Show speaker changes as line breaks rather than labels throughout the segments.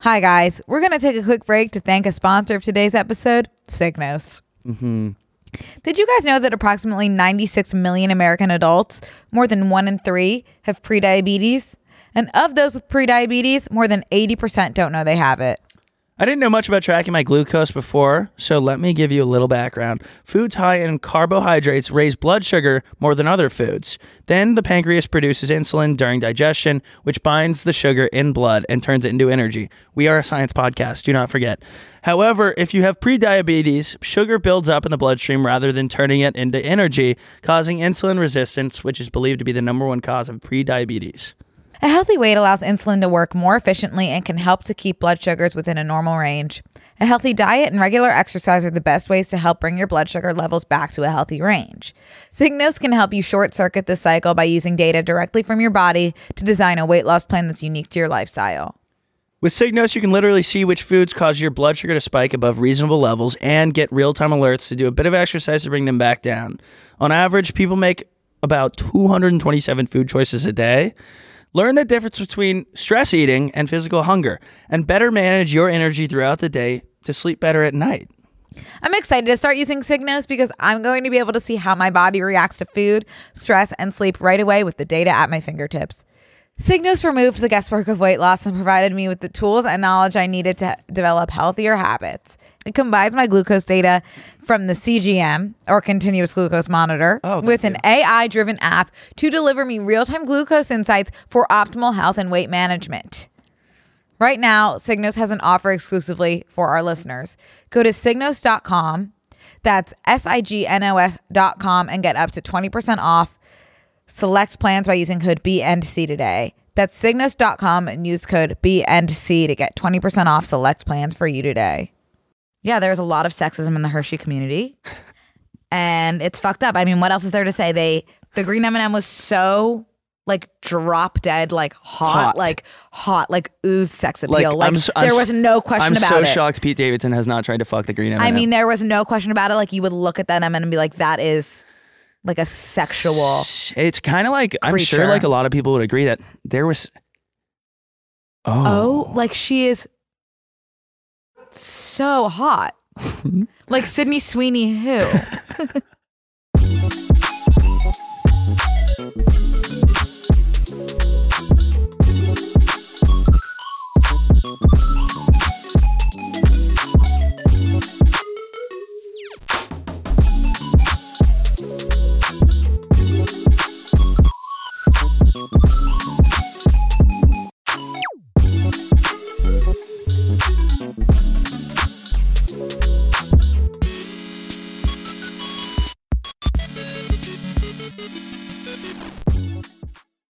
Hi, guys. We're going to take a quick break to thank a sponsor of today's episode, Cygnos. Did you guys know that approximately 96 million American adults, more than one in three, have prediabetes? And of those with prediabetes, more than 80% don't know they have it.
I didn't know much about tracking my glucose before, so let me give you a little background. Foods high in carbohydrates raise blood sugar more than other foods. Then the pancreas produces insulin during digestion, which binds the sugar in blood and turns it into energy. We are a science podcast, do not forget. However, if you have prediabetes, sugar builds up in the bloodstream rather than turning it into energy, causing insulin resistance, which is believed to be the number one cause of prediabetes.
A healthy weight allows insulin to work more efficiently and can help to keep blood sugars within a normal range. A healthy diet and regular exercise are the best ways to help bring your blood sugar levels back to a healthy range. Signos can help you short circuit this cycle by using data directly from your body to design a weight loss plan that's unique to your lifestyle.
With Signos, you can literally see which foods cause your blood sugar to spike above reasonable levels and get real time alerts to do a bit of exercise to bring them back down. On average, people make about 227 food choices a day. Learn the difference between stress eating and physical hunger, and better manage your energy throughout the day to sleep better at night.
I'm excited to start using Signos because I'm going to be able to see how my body reacts to food, stress, and sleep right away with the data at my fingertips. Signos removed the guesswork of weight loss and provided me with the tools and knowledge I needed to develop healthier habits. It combines my glucose data from the CGM or continuous glucose monitor
Oh, thank
with an AI driven app to deliver me real time glucose insights for optimal health and weight management. Right now, Signos has an offer exclusively for our listeners. Go to signos.com, that's S I G N O S.com, and get up to 20% off select plans by using code B and C today. That's signos.com and use code B and C to get 20% off select plans for you today. Yeah, there's a lot of sexism in the Hershey community. And it's fucked up. I mean, what else is there to say? They the green M&M was so like drop dead, like hot,
Hot.
like hot, like ooze sex appeal. Like,
I'm s- I'm
there
s-
was no question
I'm
about
so
it.
shocked Pete Davidson has not tried to fuck the green M&M.
I mean, there was no question about it. Like you would look at that M&M and be like, that is like a sexual.
it's kind of like I'm sure
Creature.
like a lot of people would agree that there was.
Oh, like she is so hot. like Sydney Sweeney, who?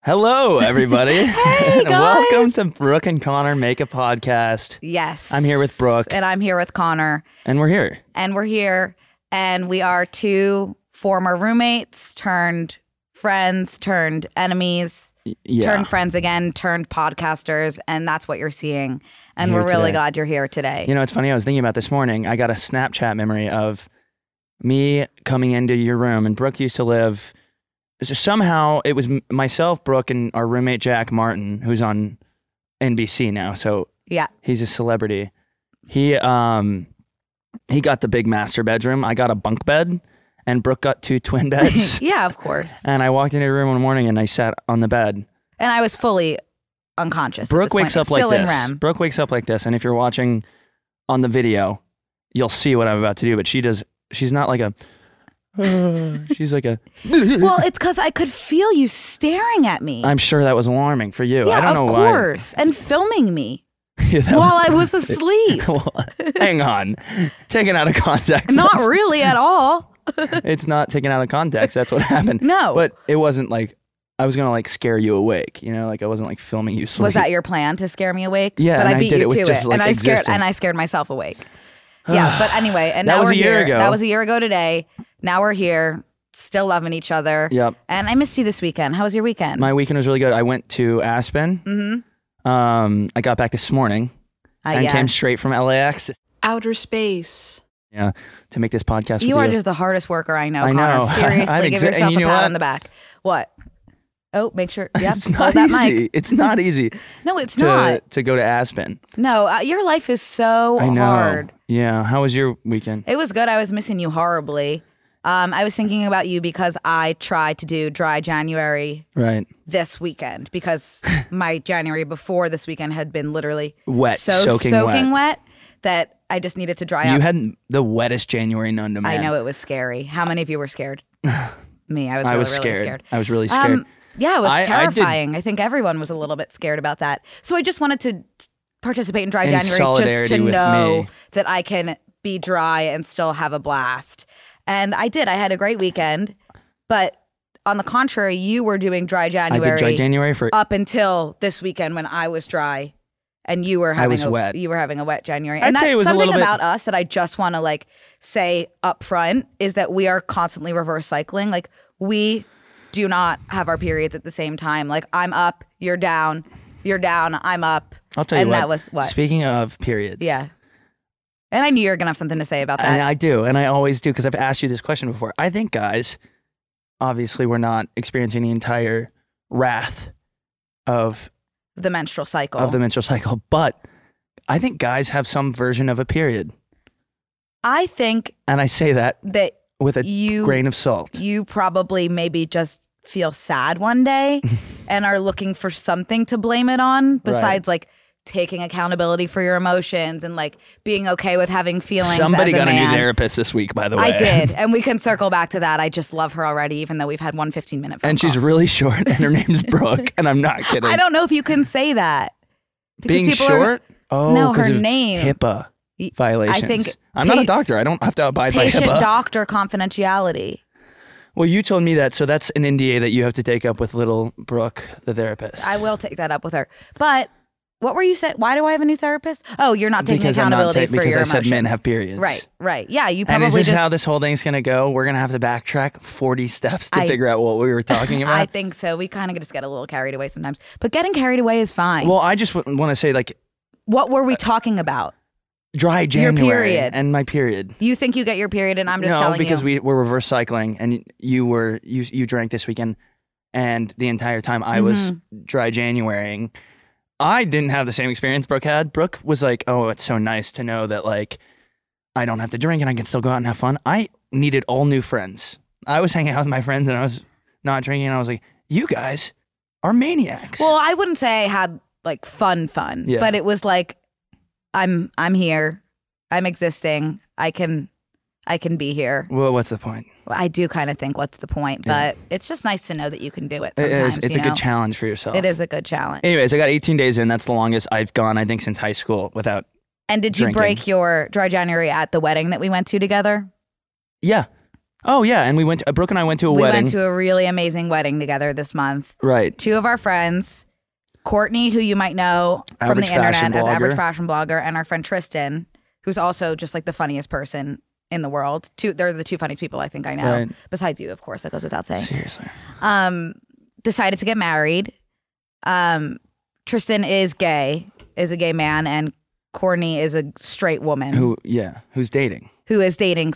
Hello, everybody.
Hey,
Welcome
guys.
to Brooke and Connor Make a Podcast.
Yes.
I'm here with Brooke.
And I'm here with Connor.
And we're here.
And we're here. And we are two former roommates turned friends, turned enemies,
Yeah.
turned friends again, turned podcasters. And that's what you're seeing. And
Here
we're really
today.
glad you're here today.
you know, it's funny. I was thinking about this morning. I got a Snapchat memory of me coming into your room, and Brooke used to live. So somehow it was m- myself, Brooke, and our roommate Jack Martin, who's on NBC now. So
yeah.
he's a celebrity. He um he got the big master bedroom. I got a bunk bed, and Brooke got two twin beds.
Yeah, of course.
And I walked into your room one morning and I sat on the bed.
and I was fully unconscious. at
Brooke
this point.
wakes up like
Still
this.
in REM.
Brooke wakes up like this, and if you're watching on the video, you'll see what I'm about to do. But she does. She's not like a. she's like a.
well, it's because I could feel you staring at me.
I'm sure that was alarming for you.
yeah,
I don't
of
know
course. And filming me
why. Yeah, that
while I was asleep.
Well, hang on, taken out of context.
Not really at all.
it's not taken out of context. That's what happened.
No.
but it wasn't like I was gonna like scare you awake. You know, like I wasn't like filming you sleep.
Was that your plan to scare me awake?
Yeah,
but
and
I
I
beat
did
you
it with
to
just,
it,
like,
and I scared
existing.
and I scared myself awake. yeah, but anyway, and
That
now
was
we're
a year
here.
ago.
That was a year ago today. Now we're here, still loving each other.
Yep.
And I missed you this weekend. How was your weekend?
My weekend was really good. I went to Aspen. Mm-hmm. Um, I got back this morning
Uh,
and
yeah.
came straight from LAX.
outer space.
Yeah, to make this podcast.
you
with
are
you.
just the hardest worker I know,
I
Connor.
know.
Seriously,
I'm
give
exa-
yourself
and you
a
know
pat
what?
on the back. What?
Oh, make sure. Yep.
It's
hold
not
that mic.
easy. It's not easy
No, it's
to
not.
to go to Aspen.
No, uh, your life is so
I know.
hard.
Yeah. How was your weekend?
It was good. I was missing you horribly. Um, I was thinking about you because I tried to do dry January
Right.
this weekend because my January before this weekend had been literally
Wet,
so
soaking
wet. that I just needed to dry out.
You had the wettest January known to man.
I know it was scary. How many of you were scared? Me, I was.
I
Really,
was
really
scared. I was really scared.
Um, yeah, it was
I- I did-
terrifying. I, think everyone was a little bit scared about that. So I just wanted to t- participate in Dry
In
January just
solidarity
to
with
know
me.
that I can be dry and still have a blast. And I did. I had a great weekend. But on the contrary, you were doing Dry
I
January,
did dry January for
up until this weekend when I was dry and you were having
was
a,
wet.
You were having a wet January.
I'd
And
say
that's
it was a
something
little bit-
about us that I just want to like say up front is that we are constantly reverse cycling. Like we do not have our periods at the same time. Like I'm up, you're down, you're down, I'm up.
I'll tell you
and
what.
that was what.
Speaking of periods.
yeah. And I knew you were gonna have something to say about that.
And I do, and I always do because I've asked you this question before. I think, guys, obviously we're not experiencing the entire wrath of
the menstrual cycle.
of the menstrual cycle, but I think guys have some version of a period,
I think
and I say that
that
with a
You-
grain of salt.
you probably maybe just feel sad one day and are looking for something to blame it on besides like taking accountability for your emotions and like being okay with having feelings.
Somebody
as a
got a new
man.
therapist this week, by the way.
I did. And we can circle back to that. I just love her already, even though we've had one 15 minute phone
and she's
call.
really short, and her name's Brooke, and I'm not kidding.
I don't know if you can say that. Because
being
people are-
short. oh,
No,
'cause
her
of
name.
HIPAA
Y-
violations. I'm
pa-
not a doctor. I don't have to abide by
patient
HIPAA.
doctor confidentiality.
Well, you told me that, so that's an NDA that you have to take up with little Brooke, the therapist.
I will take that up with her. But what were you saying? Why do I have a new therapist? Oh, you're not taking
because I'm not
accountability
ta-
for
because
your
I
emotions.
said men have periods.
Right, right. Yeah, you
And
probably
is this
just.
how this whole thing's gonna go? We're gonna have to backtrack 40 steps to
I-
figure out what we were talking
I
about.
think so. We kind of just get a little carried away sometimes, but getting carried away is fine.
well, uh, I just w- want to say like
what were we talking about?
dry
Your
January
period.
and my period.
You think you get your period, and I'm just
no,
telling
because
you.
we were reverse cycling, and you were you you drank this weekend, and the entire time I was
Mm-hmm.
dry Januarying. I didn't have the same experience Brooke had. Brooke was like, "Oh, it's so nice to know that like I don't have to drink and I can still go out and have fun." I needed all new friends. I was hanging out with my friends and I was not drinking, and I was like, "You guys are maniacs."
well, I wouldn't say I had like fun, fun,
Yeah.
but it was like, I'm, I'm here, I'm existing. I can, I can be here.
Well, what's the point?
I do kind of think, what's the point?
Yeah.
But it's just nice to know that you can do it.
It
Sometimes
is. It's
you
a
know?
good challenge for yourself.
It is a good challenge.
Anyways, I got 18 days in. That's the longest I've gone, I think, since high school without
and did
drinking.
you break your dry January at the wedding that we went to together?
Yeah. Oh yeah, and we went. To, Brooke and I went to a
we
wedding.
went to a really amazing wedding together this month.
right.
Two of our friends, Courtney, who you might know from
Average
the internet
fashion
as average
blogger.
fashion blogger, and our friend Tristan, who's also just like the funniest person in the world. Two, they're the two funniest people I think I know,
Right.
besides you, of course. That goes without saying.
Seriously.
Um, decided to get married. Um, Tristan is gay, is a gay man, and Courtney is a straight woman
Who? Yeah. Who's dating?
who is dating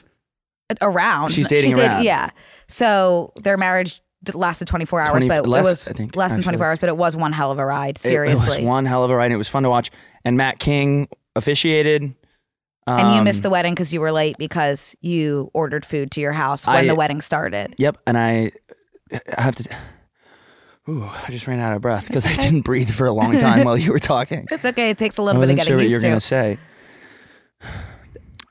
around.
She's dating around.
yeah. So their marriage d- lasted 24 hours,
20
but
less,
it was
I think,
less than
actually.
24 hours, but it was one hell of a ride.
It-
Seriously.
It, was one hell of a ride. and It was fun to watch. And Matt King officiated.
and you
Um,
missed the wedding because you were late because you ordered food to your house when
I-
the wedding started.
Yep. And I, I have to. Ooh, I just ran out of breath because I didn't breathe for a long time while you were talking.
It's okay. It takes a
I
little bit of
wasn't
getting
sure what you were
used
gonna
to.
say.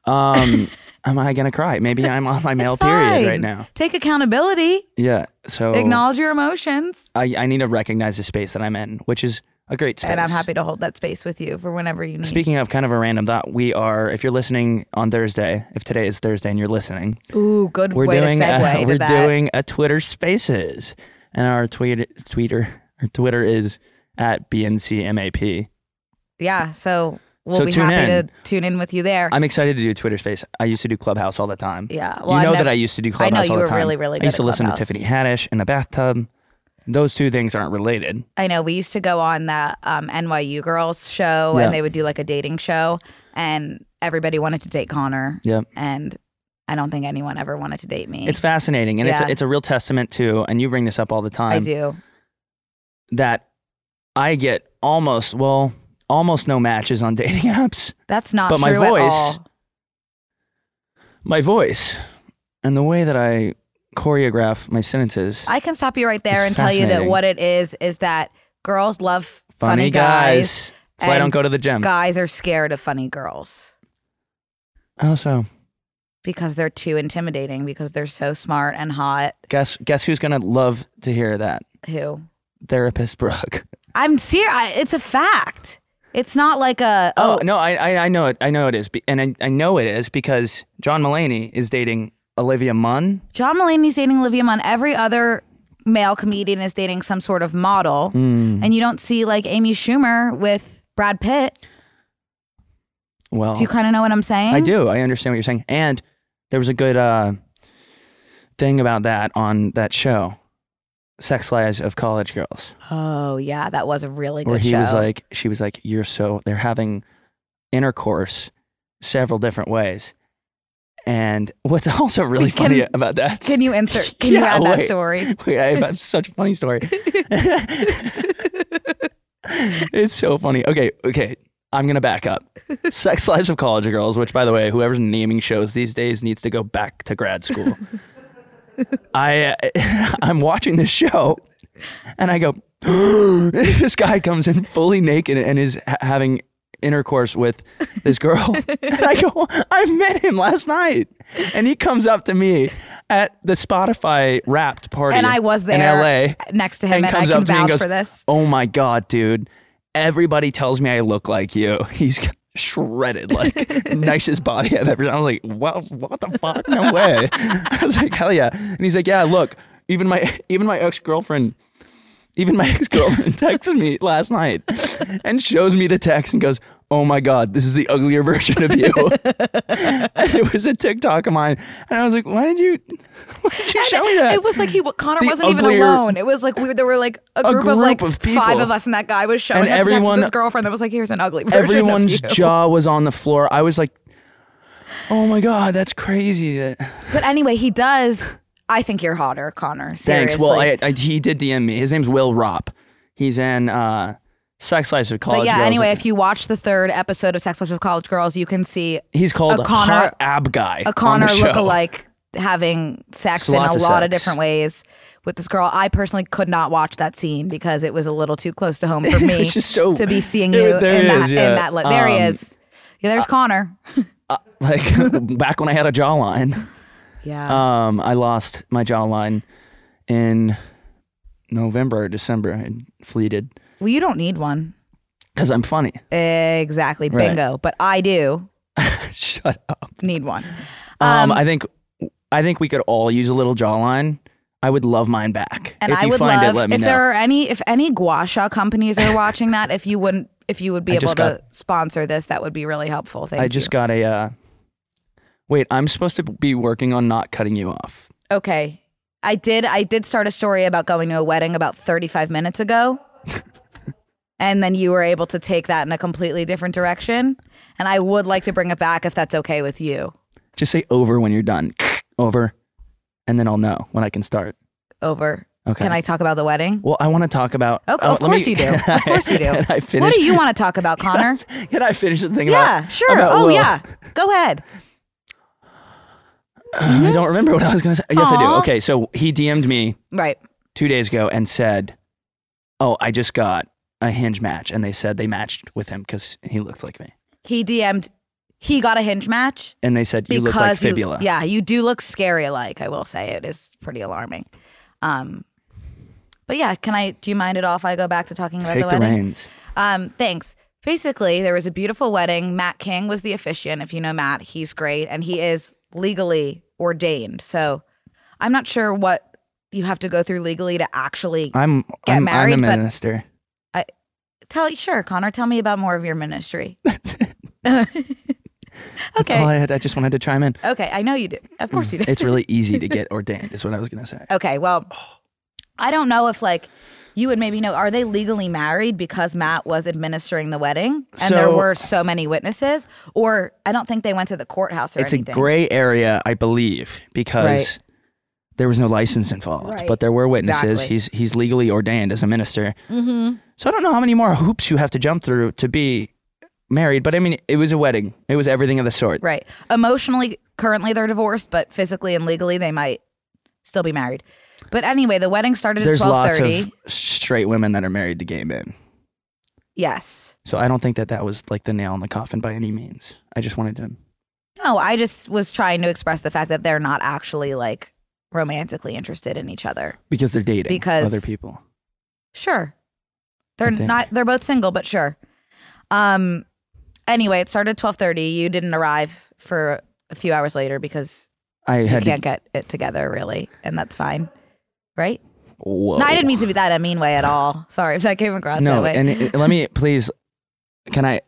Um, am I gonna cry? Maybe I'm on my male
It's
period right
fine.
now. Oh.
Take accountability.
Yeah. So
Acknowledge your emotions.
I, I need to recognize the space that I'm in, which is a great space.
And I'm happy to hold that space with you for whenever you need.
Speaking of kind of a random thought, we are, if you're listening on Thursday, if today is Thursday and you're listening,
Ooh, good
we're
way
doing
to
a,
segue to
we're
that.
doing a Twitter Spaces, and our tweet tweeter our Twitter is at bncmap.
yeah. So we'll
So
be
tune
happy
in.
to tune in with you there.
I'm excited to do Twitter Space. I used to do Clubhouse all the time.
yeah. Well,
you know
I've never,
that I used to do
I know
Clubhouse all
you
the
were
time.
really, really
I
good
used to
at
listen to
Clubhouse.
Tiffany Haddish in the bathtub. Those two things aren't related.
I know we used to go on that um, NYU girls show,
Yeah.
and they would do like a dating show, and everybody wanted to date Connor,
Yep.
and I don't think anyone ever wanted to date me.
It's fascinating, and it's
Yeah.
a, it's a real testament to. And you bring this up all the time.
I do.
that I get almost well almost no matches on dating apps.
That's not
But my
true at
voice-
all.
My voice and the way that I choreograph my sentences.
I can stop you right there
It's
and tell you that
fascinating.
what it is is that girls love funny, guys.
That's why I
and
don't go to the gym.
Guys are scared of funny girls
Oh, so
because they're too intimidating because they're so smart and hot.
guess guess who's gonna love to hear that?
Who?
Therapist
Oh.
Brooke.
I'm serious. It's a fact. It's not like a
Oh,
oh,
no, I, I I know it. I know it is, be- and I, I know it is because John Mulaney is dating Olivia Munn.
John Mulaney's dating Olivia Munn. Every other male comedian is dating some sort of model,
Mm-hmm.
and you don't see like Amy Schumer with Brad Pitt.
Well,
Do you kind of know what I'm saying?
Oh. I do. I understand what you're saying. And there was a good uh, thing about that on that show, Sex Lives of College Girls,
Oh yeah, that was a really good
where he
show.
was like, she was like, you're so, they're having intercourse several different ways. And what's also really
Can-
funny about that.
can you insert? Can you
Yeah,
add that
wait.
story?
Wait, I have, I have such a funny story. it's so funny. Okay, okay. I'm gonna back up. Sex Lives of College Girls, which by the way, whoever's naming shows these days needs to go back to grad school. I I'm watching this show and I go, this guy comes in fully naked and is ha- having intercourse with this girl. and I go, I met him last night. And he comes up to me at the Spotify wrapped party.
And I was there
in LA.
next to him, and, I
comes
can
up to me
vouch
and goes,
for this.
Oh my God, dude. Everybody tells me I look like you. He's shredded, like nicest body I've ever seen. I was like, well, what the fuck? No way. I was like, hell yeah. And he's like, yeah, look, even my even my ex girlfriend, even my ex girlfriend texted me last night and shows me the text and goes, oh my god, this is the uglier version of you. and it was a TikTok of mine, and I was like, why did you, why did you show me that?
It was like he Connor
The
wasn't even
uglier-
alone. It was like we there were like a group, of
group
like
of people.
five of us, and that guy was showing
And
us everyone,
everyone-
his girlfriend that was like, "Here's an ugly version
everyone's
of you."
jaw was on the floor. I was like, "Oh my god, that's crazy!" That
But anyway, he does. I think you're hotter, Connor.
thanks.
Seriously.
Well, I, I, he did DM me. His name's Will Rop. He's in uh, Sex Lives of College.
but yeah.
Girls.
Anyway, if you watch the third episode of Sex Lives of College Girls, you can see
he's called
a
a
Connor-
hot ab guy,
a Connor
on the show.
lookalike having sex
It's
in a lot
lots
of,
of sex.
different ways with this girl. I personally could not watch that scene because it was a little too close to home for me
It's just so
to be seeing
Dude,
you
there
in,
he
that,
is, yeah.
in that look. There he
Um,
is. Yeah, there's Connor.
Like back when I had a jawline,
Yeah.
um, I lost my jawline in November or December. I fleeted
well, you don't need one.
because I'm funny.
Exactly.
Right.
Bingo. But I do
Shut up.
need one. Um,
Um, I think I think we could all use a little jawline. I would love mine back.
And
if
I
you
would
find
love
it, let me
if
know.
there are any if any gua sha companies are watching that, if you wouldn't if you would be
I
able
just
to sponsor this, that would be really helpful. Thank
I just got a. Uh, wait, I'm supposed to be working on not cutting you off.
you. Okay. I did I did start a story about going to a wedding about 35 minutes ago. and then you were able to take that in a completely different direction. And I would like to bring it back if that's okay with you.
Just say over when you're done. over, and then I'll know when I can start.
Over.
Okay.
Can I talk about the wedding?
Well, I want to talk about.
Okay,
oh,
of
let me-
course you do. Of course you do.
Can I finish?
What do you want to talk about, Connor?
Can I finish the thing about?
yeah, sure.
about
oh
Will?
yeah. Go ahead.
I don't remember what I was going to say. Yes, I do.
mm-hmm. Aw.
Okay, so he DM'd me
Right.
two days ago and said, "Oh, I just got a hinge match," and they said they matched with him because he looked like me.
He DM'd he got a hinge match
and they said you
because
look like
you-
fibula.
yeah, you do look scary alike, I will say. It is pretty alarming. Um but yeah, can I do you mind at all if I go back to talking about
Take
the
the,
wedding?
reins.
Um, thanks. Basically, there was a beautiful wedding. Matt King was the officiant. If you know Matt, he's great and he is legally ordained. So I'm not sure what you have to go through legally to actually
I'm
Get
I'm,
married,
I'm a
but-
minister.
tell sure, Connor, tell me about more of your ministry. okay.
All I Mm. had, I just wanted to chime in.
Okay, I know you did. Of course you did.
It's really easy to get ordained, is what I was gonna say.
Okay, well, I don't know if like you would maybe know. Are they legally married because Matt was administering the wedding and there
So-
were so many witnesses? Or I don't think they went to the courthouse or
It's a
anything.
gray area, I believe, because
Right.
there was no license involved,
Right.
but there were witnesses.
Exactly.
He's he's legally ordained as a minister. Mm-hmm. So I don't know how many more hoops you have to jump through to be married, but I mean, it was a wedding. It was everything of the sort.
Right. Emotionally, currently they're divorced, but physically and legally they might still be married. But anyway, the wedding started
There's
at twelve
lots
thirty.
of straight women that are married to gay men.
Yes.
So I don't think that that was like the nail in the coffin by any means. I just wanted to.
No, I just was trying to express the fact that they're not actually like romantically interested in each other.
Because they're dating
Because-
other people.
Sure. They're
think.
not they're both single, but sure. Um anyway, it started 12:30. You didn't arrive for a few hours later because
I
you
had
can't
to.
get it together really, and that's fine. Right?
Whoa.
No, I didn't mean to be that a mean way at all. Sorry if that came across that
Oh, No,
way.
and it- let me please. Can I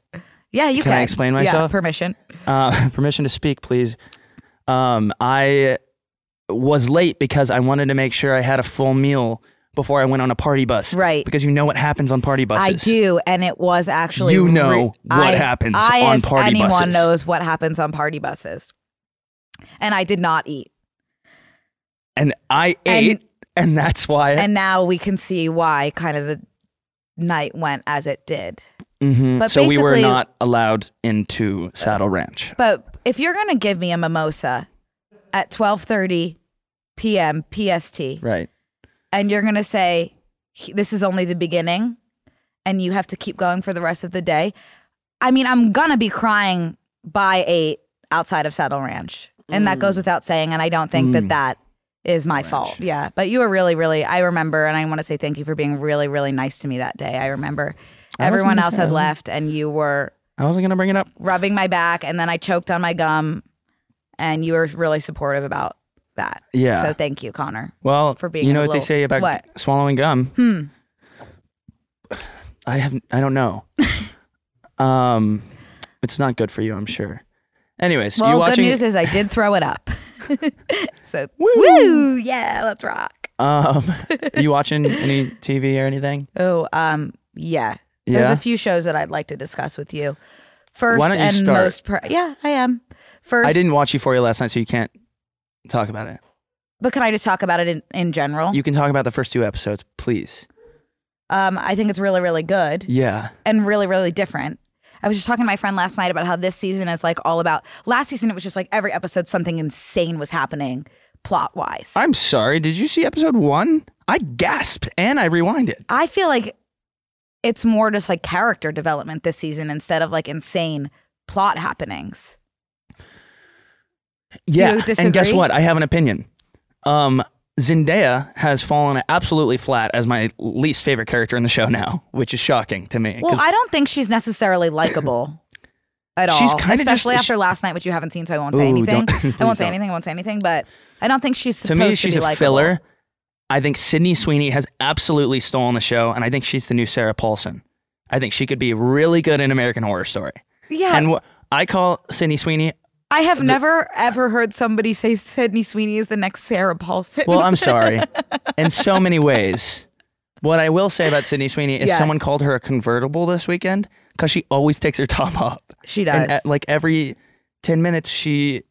yeah, you
can
can.
I explain
Yeah,
myself?
permission.
uh, permission to speak, please. Um, I was late because I wanted to make sure I had a full meal before I went on a party bus.
Right.
Because you know what happens on party buses.
I do, and it was actually
You know
re- I-
what happens
I,
on
if
party
anyone
buses.
knows what happens on party buses, and I did not eat,
And I
And-
ate, and, that's why.
and now we can see why kind of the night went as it did.
Mhm.
but
so we were
basically-
not allowed into Saddle Ranch.
But if you're gonna give me a mimosa at 12:30 p.m. PST,
Right.
and you're gonna say "He- this is only the beginning, and you have to keep going for the rest of the day, I mean, I'm gonna be crying by eight outside of Saddle Ranch, and that
Mm.
goes without saying. And I don't think that that is my fault. Yeah, but you were really, really. I remember, and I want to say thank you for being really, really nice to me that day. I remember
I wasn't
everyone
gonna
else
say
had
that.
left, and you were
I wasn't going to bring it up.
rubbing my back and then I choked on my gum and you were really supportive about that.
Yeah.
So thank you, Connor.
Well,
for being
you
a
know what they
little-
say about
what?
swallowing gum.
Hmm.
I have I don't know. um, it's not good for you, I'm sure. Anyways, you
Well, good
watching?
news is I did throw it up. so woo! yeah, let's rock.
um, you watching any TV or anything?
Oh, um, yeah. There's
Yeah?
a few shows that I'd like to discuss with you. First
don't you
and
start?
most, pro- yeah, I am. First,
I didn't watch Euphoria last night, so you can't talk about it.
But can I just talk about it in, in general?
You can talk about the first two episodes, please.
um, I think it's really, really good.
Yeah,
and really, really different. I was just talking to my friend last night about how this season is like all about. Last season, it was just like every episode, something insane was happening plot wise. I,
I'm sorry. Did you see episode one? I gasped and I rewinded.
feel like it's more just like character development this season instead of like insane plot happenings.
Yeah, and guess
disagree?
what? I have an opinion. Um, Zendaya has fallen absolutely flat as my least favorite character in the show now, which is shocking to me. 'cause
Well, I don't think she's necessarily likable at all.
She's kinda
Especially
just-
after last night, which you haven't seen, so I won't
Ooh,
say anything.
don't- please
I won't say
don't.
anything. I won't say anything. But I don't think she's
to
supposed to,
me, she's
be
a
likable.
filler. I think Sydney Sweeney has absolutely stolen the show, and I think she's the new Sarah Paulson. I think she could be really good in American Horror Story.
Yeah,
And wh- I call Sydney Sweeney.
I have never ever heard somebody say Sydney Sweeney is the next Sarah Paulson.
Well, I'm sorry, in so many ways. What I will say about Sydney Sweeney is
Yeah.
someone called her a convertible this weekend because she always takes her top off.
she does.
And uh, at, like every ten minutes, she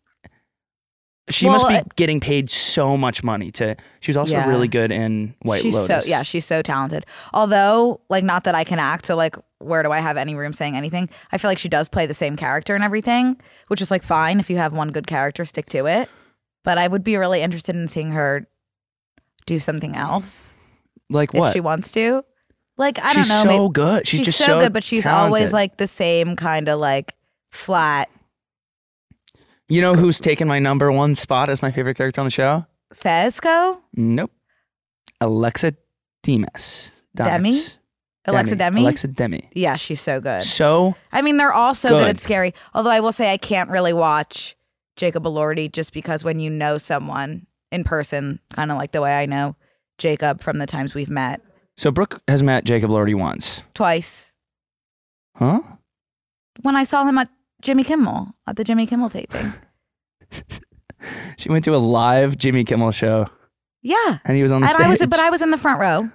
she must
Well,
be
I-
getting paid so much money to. She's also
Yeah.
really good in White
she's
Lotus.
so yeah, she's so talented. Although, like, not that I can act, so like, where do I have any room saying anything? I feel like she does play the same character and everything, which is like fine if you have one good character, stick to it. But I would be really interested in seeing her do something else
like what?
if she wants to. Like, I
she's
don't know.
so
maybe-
good. She's, just
so,
so
good, but she's always
talented.
like the same kind of like flat
You know who's taken my number one spot as my favorite character on the show?
Fezco.
Nope. Alexa Demas.
Demi?
Dimes.
Alexa Demi?
Alexa Demi.
Yeah, she's so good.
So
I mean, they're all so good.
Good.
at scary. Although I will say, I can't really watch Jacob Elordi just because when you know someone in person, kind of like the way I know Jacob from the times we've met
so Brooke has met Jacob Lordy once.
twice.
Huh?
When I saw him at Jimmy Kimmel at the Jimmy Kimmel taping,
She went to a live Jimmy Kimmel show
yeah,
and he was on the
and
stage.
I was, but I was in the front row,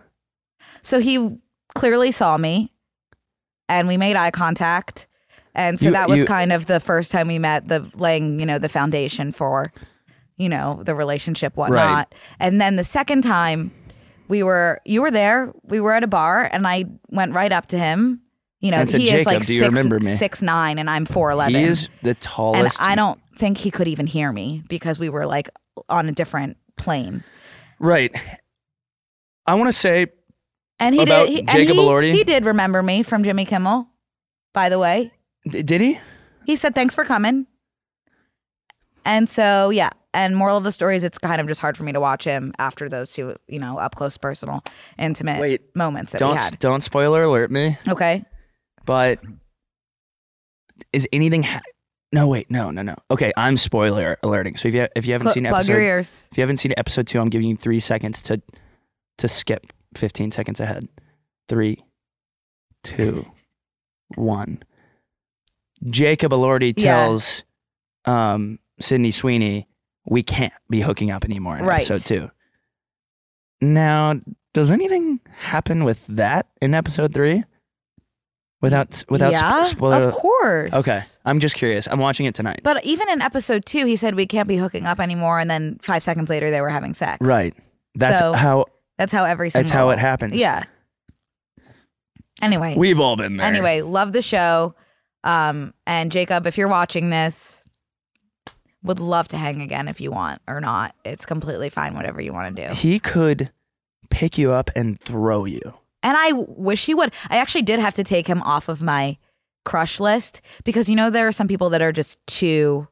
so he clearly saw me, and we made eye contact. And so
You-
that was
you-
kind of the first time we met, the laying, you know, the foundation for, you know, the relationship, whatnot. And then the second time we were, you were there, we were at a bar, and I went right up to him. You know,
And said,
he is
"Jacob,
like
do you
six,
remember me?"
six nine, and I'm four eleven.
He is the
and
tallest.
I don't think he could even hear me because we were like on a different plane.
Right. I want to say
And he
About
did. He, and
Jacob
he-
Elordi?
he did remember me from Jimmy Kimmel, by the way.
D- Did he?
He said, "Thanks for coming." And so, yeah. And moral of the story is, it's kind of just hard for me to watch him after those two, you know, up close, personal, intimate
Wait,
moments Eh, that we
Don't s-
had.
don't spoiler alert me.
Okay,
But is anything? Ha- no, wait, no, no, no. Okay, I'm spoiler alerting. So if you if you haven't
Cl-
seen
plug your
episode
ears.
if you haven't seen episode two, I'm giving you three seconds to to skip 15 seconds ahead. Three, two, one. Jacob Elordi
Yeah.
tells um, Sydney Sweeney, "We can't be hooking up anymore." In
Right.
episode two. Now, does anything happen with that in episode three? Without without sp-
yeah,
spoiler.
of course.
Okay, I'm just curious. I'm watching it tonight.
But even in episode two, he said we can't be hooking up anymore, and then five seconds later, they were having sex.
Right. That's
So-
how
That's how every. Single,
that's how it happens.
Yeah. Anyway,
We've all been there.
Anyway, love the show. Um, and Jacob, if you're watching this, would love to hang again if you want or not. It's completely fine, whatever you want to do.
he could pick you up and throw you.
And I wish he would. I actually did have to take him off of my crush list because you know there are some people that are just too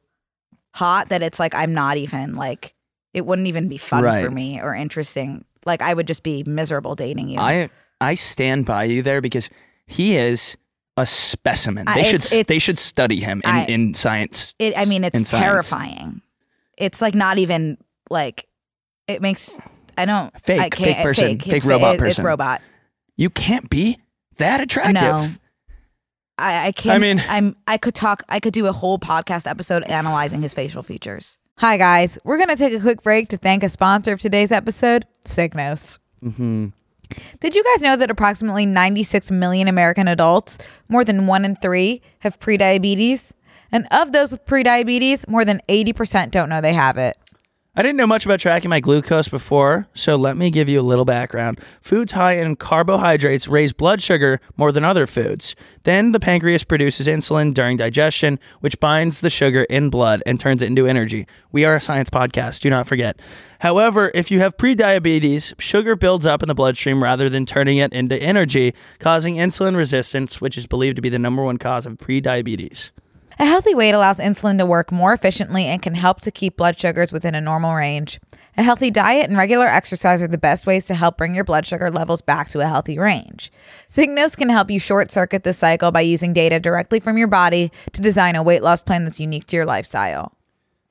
hot that it's like I'm not even like it wouldn't even be fun
Right.
for me or interesting. Like I would just be miserable dating you.
I I stand by you there because he is a specimen.
I-
They should
it's-
they
it's-
should study him in,
I-
in science.
It, I mean,
in
it's
science.
terrifying. It's like not even like it makes. I don't
Fake,
I can't,
fake person,
fake,
fake
It's fa-
robot
it-
person.
It's robot.
You can't be that attractive.
No, I, I can't. I
mean-
mean, I'm. I could talk. I could do a whole podcast episode analyzing his facial features.
Hi, guys. We're going to take a quick break to thank a sponsor of today's episode, Signos.
Mm-hmm.
Did you guys know that approximately 96 million American adults, more than one in three, have prediabetes? And of those with prediabetes, more than 80% don't know they have it.
I didn't know much about tracking my glucose before, so let me give you a little background. Foods high in carbohydrates raise blood sugar more than other foods. Then the pancreas produces insulin during digestion, which binds the sugar in blood and turns it into energy. We are a science podcast, do not forget. However, if you have prediabetes, sugar builds up in the bloodstream rather than turning it into energy, causing insulin resistance, which is believed to be the number one cause of prediabetes.
A healthy weight allows insulin to work more efficiently and can help to keep blood sugars within a normal range. A healthy diet and regular exercise are the best ways to help bring your blood sugar levels back to a healthy range. Signos can help you short circuit this cycle by using data directly from your body to design a weight loss plan that's unique to your lifestyle.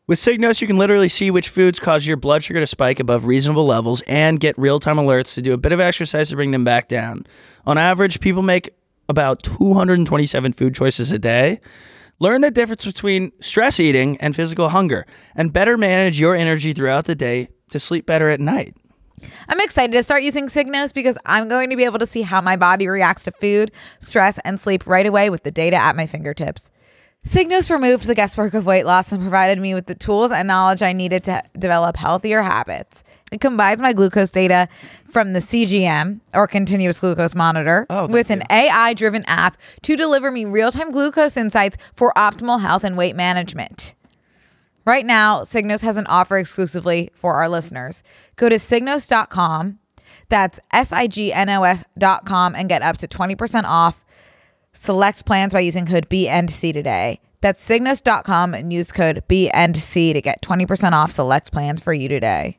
With Signos, you can literally see which foods cause your blood sugar to spike above reasonable levels and get real time alerts to do a bit of exercise to bring them back down. On average, people make about 227 food choices a day. Learn the difference between stress eating and physical hunger, and better manage your energy throughout the day to sleep better at night.
I'm excited to start using Signos because I'm going to be able to see how my body reacts to food, stress, and sleep right away with the data at my fingertips. Signos removed the guesswork of weight loss and provided me with the tools and knowledge I needed to develop healthier habits. It combines my glucose data from the CGM or continuous glucose monitor
Oh, thank
with an AI driven app to deliver me real time glucose insights for optimal health and weight management. Right now, Signos has an offer exclusively for our listeners. Go to signos.com, that's S I G N O S.com, and get up to 20% off select plans by using code B and C today. That's signos.com and use code B and C to get 20% off select plans for you today.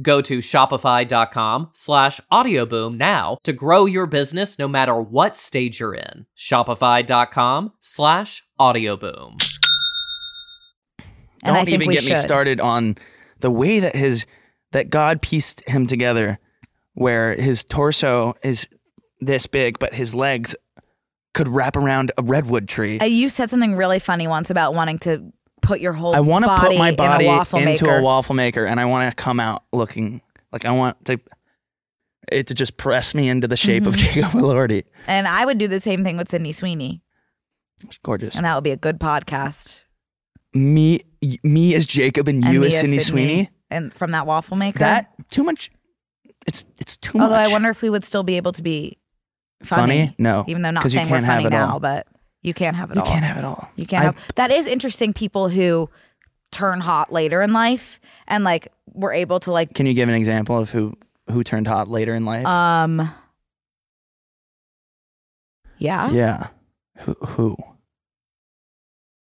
Go to shopify.com slash audioboom now to grow your business no matter what stage you're in. Shopify.com slash audioboom.
And
Don't
I think
even
we
get me
should.
started on the way that his that God pieced him together, where his torso is this big, but his legs could wrap around a redwood tree.
Uh, you said something really funny once about wanting to put your whole
I want to put
body
my body
in a waffle
into
maker.
a waffle maker, and I want to come out looking like I want to it to just press me into the shape of
Mm-hmm.
Jacob Elordi.
and I would do the same thing with Sydney Sweeney,
It's gorgeous.
and that would be a good podcast.
me, y- me as Jacob, and,
And
you
me
as
as
Sydney Sweeney.
and from that waffle maker.
That too much. It's it's too much.
Although I wonder if we would still be able to be funny,
Funny? No,
even though not
'cause you
saying we're
can't have
funny
it all.
now, but you can't have it
you
all.
can't have it all.
You can't
I-
have that is interesting. People who turn hot later in life and like were able to like
Can you give an example of who who turned hot later in life?
um yeah.
yeah. Who who?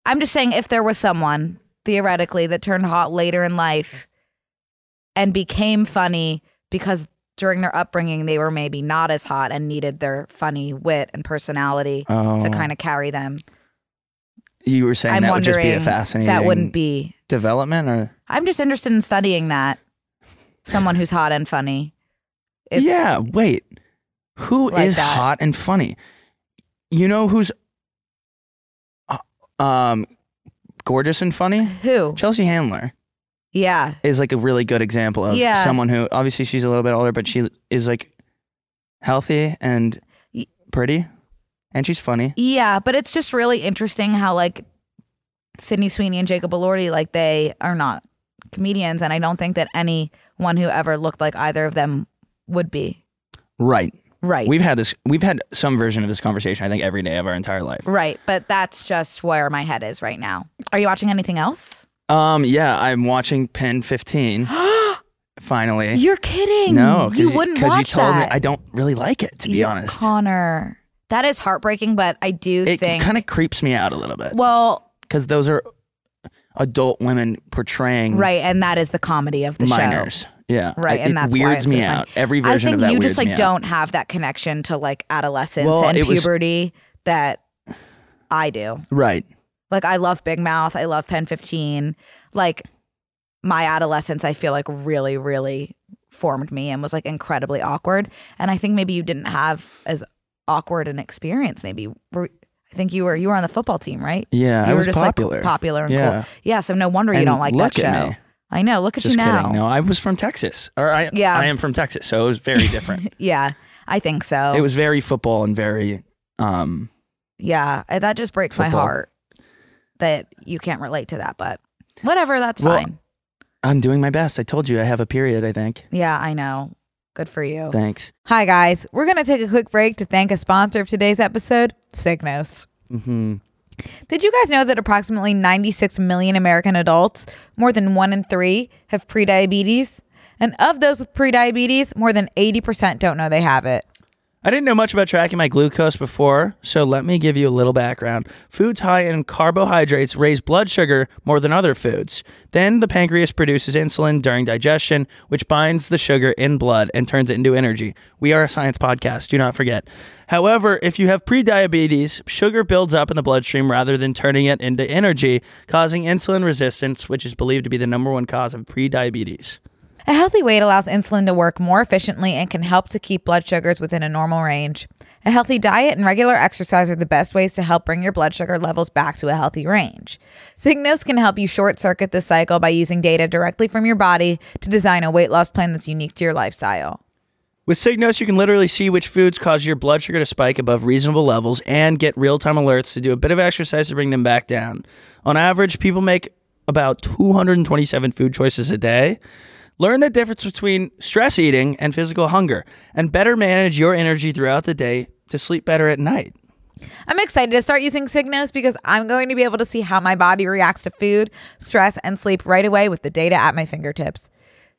I'm just saying if there was someone theoretically that turned hot later in life and became funny because during their upbringing they were maybe not as hot and needed their funny wit and personality
Oh,
to kind of carry them.
you were saying
I'm
that would
wondering
just be a fascinating
that wouldn't be.
development or
I'm just interested in studying that. Someone who's hot and funny. It-
yeah. Wait, who is
Like that.
hot and funny? You know who's uh, um gorgeous and funny?
Who?
Chelsea Handler
Yeah.
is like a really good example of
Yeah.
someone who obviously she's a little bit older, but she is like healthy and
Y-
pretty, and she's funny.
Yeah, but it's just really interesting how like Sydney Sweeney and Jacob Elordi like they are not comedians and I don't think that anyone who ever looked like either of them would be.
Right.
Right.
We've had this. We've had some version of this conversation. I think every day of our entire life.
right, but that's just where my head is right now. Are you watching anything else?
Um. Yeah. I'm watching Pen 15. finally.
You're kidding.
no. 'cause
you wouldn't
Because
watch
you told
that.
me I don't really like it. To be
You-
honest,
Connor. That is heartbreaking, but I do
it
think
kind of creeps me out a little bit.
well,
Because those are adult women portraying
right, and that is the comedy of the show.
minors. Yeah.
Right,
I-
and
it
that's why
weirds
it's
me
so funny.
out. Every
I
version
think
of that
you
weirds
just like
me out.
don't have that connection to like adolescence
Well,
and
it was-
puberty that I do.
Right.
Like I love Big Mouth, I love Pen 15. Like my adolescence I feel like really really formed me and was like incredibly awkward and I think maybe you didn't have as awkward an experience maybe Were- I think you were you were on the football team, right? you
Yeah. Uh, I
were
was
just
popular.
like popular and
Yeah.
cool. Yeah, so no wonder you
And
don't like
look
that show.
at me.
I know. Look at
Just
you now.
kidding. No, I was from Texas. Or I,
Yeah.
I am from Texas, so it was very different.
Yeah, I think so.
It was very football and very um
Yeah, I- that just breaks my
Football.
heart that you can't relate to that, but whatever, that's
Well-
fine.
I'm doing my best. I told you I have a period, I think.
Yeah, I know. Good for you.
Thanks.
Hi, guys. We're going to take a quick break to thank a sponsor of today's episode, Signos.
Mhm.
Did you guys know that approximately 96 million American adults, more than one in three, have prediabetes? And of those with prediabetes, more than 80% don't know they have it.
I didn't know much about tracking my glucose before, so let me give you a little background. Foods high in carbohydrates raise blood sugar more than other foods. Then the pancreas produces insulin during digestion, which binds the sugar in blood and turns it into energy. We are a science podcast, do not forget. However, if you have prediabetes, sugar builds up in the bloodstream rather than turning it into energy, causing insulin resistance, which is believed to be the number one cause of prediabetes.
A healthy weight allows insulin to work more efficiently and can help to keep blood sugars within a normal range. A healthy diet and regular exercise are the best ways to help bring your blood sugar levels back to a healthy range. Signos can help you short circuit this cycle by using data directly from your body to design a weight loss plan that's unique to your lifestyle.
With Signos, you can literally see which foods cause your blood sugar to spike above reasonable levels and get real time alerts to do a bit of exercise to bring them back down. On average, people make about 227 food choices a day. Learn the difference between stress eating and physical hunger, and better manage your energy throughout the day to sleep better at night.
I'm excited to start using Signos because I'm going to be able to see how my body reacts to food, stress, and sleep right away with the data at my fingertips.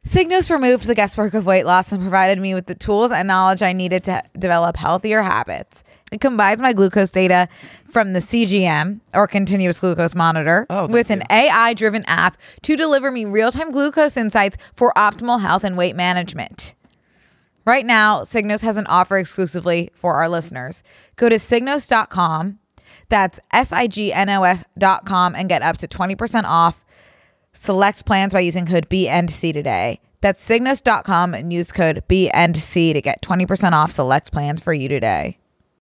Signos removed the guesswork of weight loss and provided me with the tools and knowledge I needed to develop healthier habits. It combines my glucose data from the CGM or continuous glucose monitor
Oh, thank
with an AI driven app to deliver me real time glucose insights for optimal health and weight management. Right now, Signos has an offer exclusively for our listeners. Go to signos.com, that's S I G N O S.com, and get up to 20% off select plans by using code B and C today. That's signos.com and use code B and C to get 20% off select plans for you today.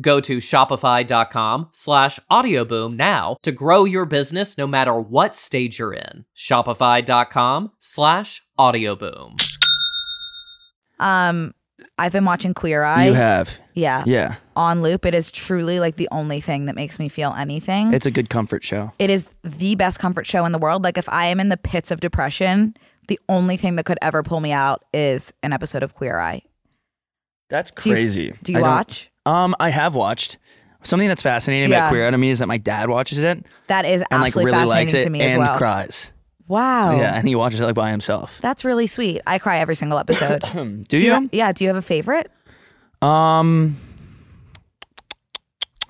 Go to shopify.com slash audioboom now to grow your business no matter what stage you're in. Shopify.com slash audioboom.
Um, I've been watching Queer Eye.
you have.
yeah,
Yeah.
on loop. It is truly like the only thing that makes me feel anything.
It's a good comfort show.
it is the best comfort show in the world. Like if I am in the pits of depression, the only thing that could ever pull me out is an episode of Queer Eye.
That's
Do you-
crazy.
Do you
I don't-
watch?
Um, I have watched. Something that's fascinating
Yeah.
about Queer Eye to me is that my dad watches it and
That is
like
absolutely
really likes
fascinating
it
to me
and
as well.
cries.
Wow.
Yeah, and he watches it like by himself.
That's really sweet. I cry every single episode.
Do,
do
you?
ha- yeah. Do you have a favorite?
Um,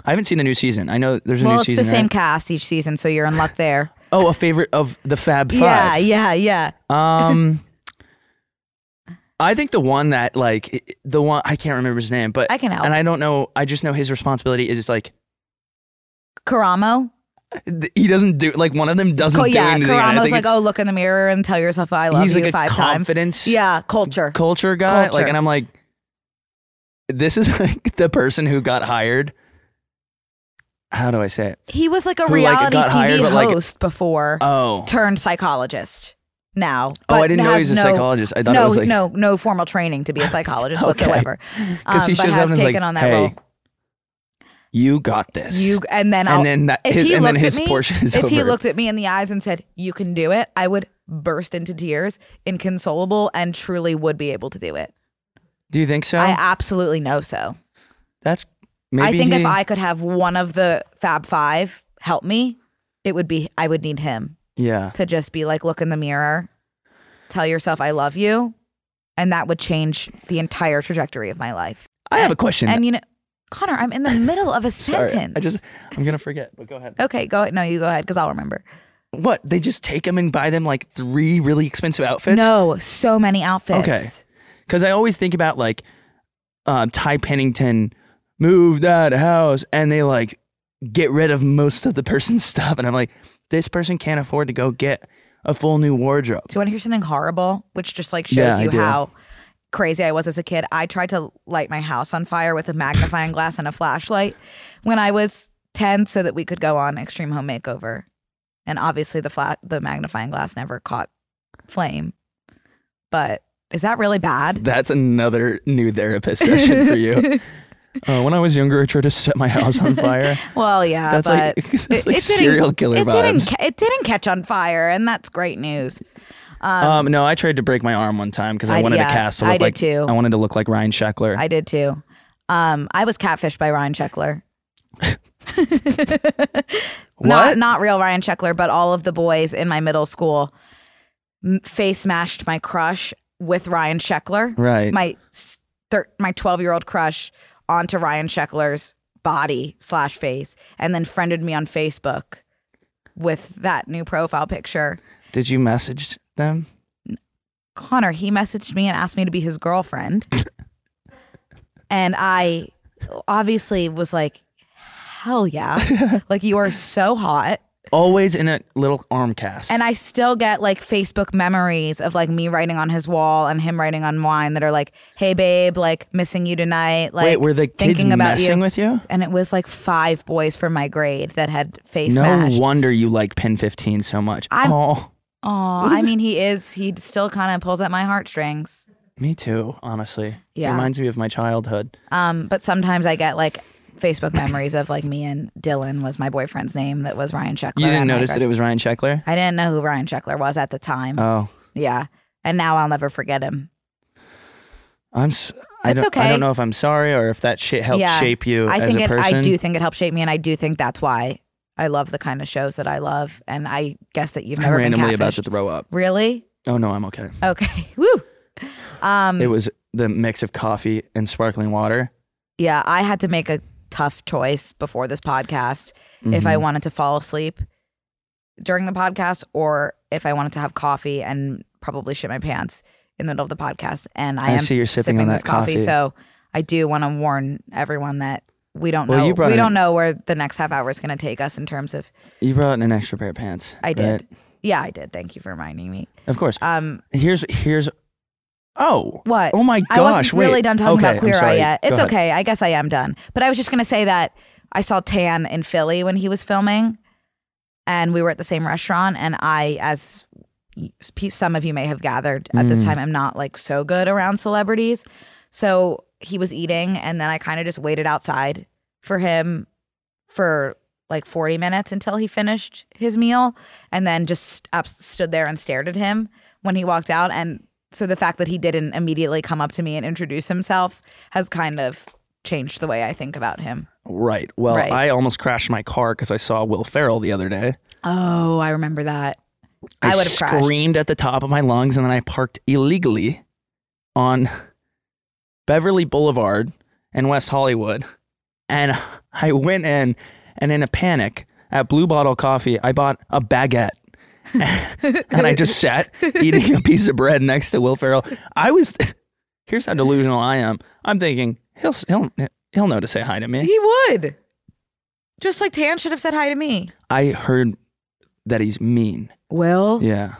I haven't seen the new season. I know there's a
well,
new
it's
season.
the same
right?
cast each season, so you're in luck there.
oh, a favorite of the Fab
Yeah,
Five.
yeah, yeah.
Um, I think the one that like i- the one I can't remember his name, but
I can help.
And I don't know. I just know his responsibility is just like
Karamo.
th- he doesn't do like one of them doesn't
Cool,
do
yeah,
anything. and I
Karamo's
think
like,
it's-
oh, look in the mirror and tell yourself I love
he's
you
like a
five
confidence.
times. Yeah, culture.
culture guy.
Culture.
Like, and I'm like, this is like the person who got hired. How do I say it?
he was like a
Who, like,
reality
got
TV
hired, but, like-
host before,
Oh,
turned psychologist. Now,
oh,
but
I didn't know he
has
was a
no-
psychologist. I thought
no,
it was like
no, no formal training to be a psychologist
Okay.
whatsoever.
because he
Um, but
shows
has
up and is
taken
like,
on that
hey,
role.
you got this.
You and then I'll,
and then that
if
his,
he
and then
looked
his
at me,
portion is
if
over.
he looked at me in the eyes and said, "You can do it," I would burst into tears, inconsolable, and truly would be able to do it.
do you think so?
I absolutely know so.
That's maybe.
I think
he,
if I could have one of the Fab Five help me, it would be I would need him
yeah,
to just be like, look in the mirror, tell yourself I love you, and that would change the entire trajectory of my life.
I have a question.
And you know, Connor, I'm in the middle of a
Sorry,
sentence.
I just I'm gonna forget. But go ahead.
okay, go ahead. No, you go ahead because I'll remember.
What they just take him and buy them like three really expensive outfits?
no, so many outfits.
Okay. because I always think about like um, Ty Pennington moved out of house, and they like get rid of most of the person's stuff. And I'm like, this person can't afford to go get a full new wardrobe.
Do you want to hear something horrible? Which just like shows
Yeah, I
you
do.
how crazy I was as a kid. I tried to light my house on fire with a magnifying glass and a flashlight when I was 10 so that we could go on Extreme Home Makeover. And obviously the flat the magnifying glass never caught flame. But is that really bad?
That's another new therapist session for you. Uh, when I was younger, I tried to set my house on fire.
Well, yeah,
That's
but
like, that's like serial killer
it
vibes.
Didn't, ca- it didn't catch on fire, and that's great news.
um, no, I tried to break my arm one time because I,
I-
wanted
yeah,
to cast. To
I
look
did
like,
too.
I wanted to look like Ryan Sheckler.
I did too. Um, I was catfished by Ryan Scheckler. Not
What?
not real Ryan Scheckler, but all of the boys in my middle school m- face mashed my crush with Ryan Scheckler.
Right.
My s- thir- my twelve year old crush onto Ryan Scheckler's body slash face, and then friended me on Facebook with that new profile picture.
did you message them?
Connor, he messaged me and asked me to be his girlfriend. and I obviously was like, hell yeah. like, you are so hot.
Always in a little arm cast.
And I still get like Facebook memories of like me writing on his wall and him writing on mine that are like, hey, babe, like missing you tonight. Like,
Wait, were the kids
thinking about
messing
you.
with you?
and it was like five boys from my grade that had face
No
mashed.
wonder you like Pin 15 so much.
I'm-
oh,
Aw, I mean, he is, he still kind of pulls at my heartstrings.
me too, honestly.
Yeah.
Reminds me of my childhood.
Um, but sometimes I get like Facebook memories of like me and Dylan was my boyfriend's name that was Ryan Scheckler.
You didn't
and my
notice
crush.
that it was Ryan Scheckler?
I didn't know who Ryan Scheckler was at the time.
Oh,
yeah. And now I'll never forget him.
I'm. s I
It's
don't, I
okay.
don't know if I'm sorry or if that shit helped
Yeah.
shape you
I
as
think
a
it,
person.
I do think it helped shape me, and I do think that's why I love the kind of shows that I love. And I guess that you've
I'm
never
randomly
been
about
catfished.
to throw up.
Really?
Oh no, I'm okay.
Okay. Woo. Um,
It was the mix of coffee and sparkling water.
yeah, I had to make a tough choice before this podcast if
Mm-hmm.
I wanted to fall asleep during the podcast or if I wanted to have coffee and probably shit my pants in the middle of the podcast. And I,
I
am
see you're sipping on
this
that coffee.
So I do want to warn everyone that we don't
Well,
know
you brought
we
in-
don't know where the next half hour is going to take us in terms of
You brought in an extra pair of pants.
I did.
right?
Yeah, I did. Thank you for reminding me.
Of course.
Um
here's here's. Oh.
what?
Oh my gosh.
I wasn't
wait.
really done talking
okay,
about Queer
I'm sorry.
Eye yet.
Go
It's
ahead.
okay. I guess I am done. But I was just gonna say that I saw Tan in Philly when he was filming, and we were at the same restaurant. And I, as y- some of you may have gathered at this time, I'm not like so good around celebrities. So he was eating, and then I kind of just waited outside for him for like 40 minutes until he finished his meal and then just up, stood there and stared at him when he walked out and so the fact that he didn't immediately come up to me and introduce himself has kind of changed the way I think about him.
Right. Well,
Right.
I almost crashed my car because I saw Will Ferrell the other day.
Oh, I remember that. I would have crashed.
screamed at the top of my lungs, and then I parked illegally on Beverly Boulevard in West Hollywood, and I went in, and in a panic at Blue Bottle Coffee, I bought a baguette. and I just sat eating a piece of bread next to Will Ferrell. I was, here's how delusional I am. I'm thinking he'll he'll he'll know to say hi to me.
He would. Just like Tan should have said hi to me.
I heard that he's mean.
Will?
Yeah.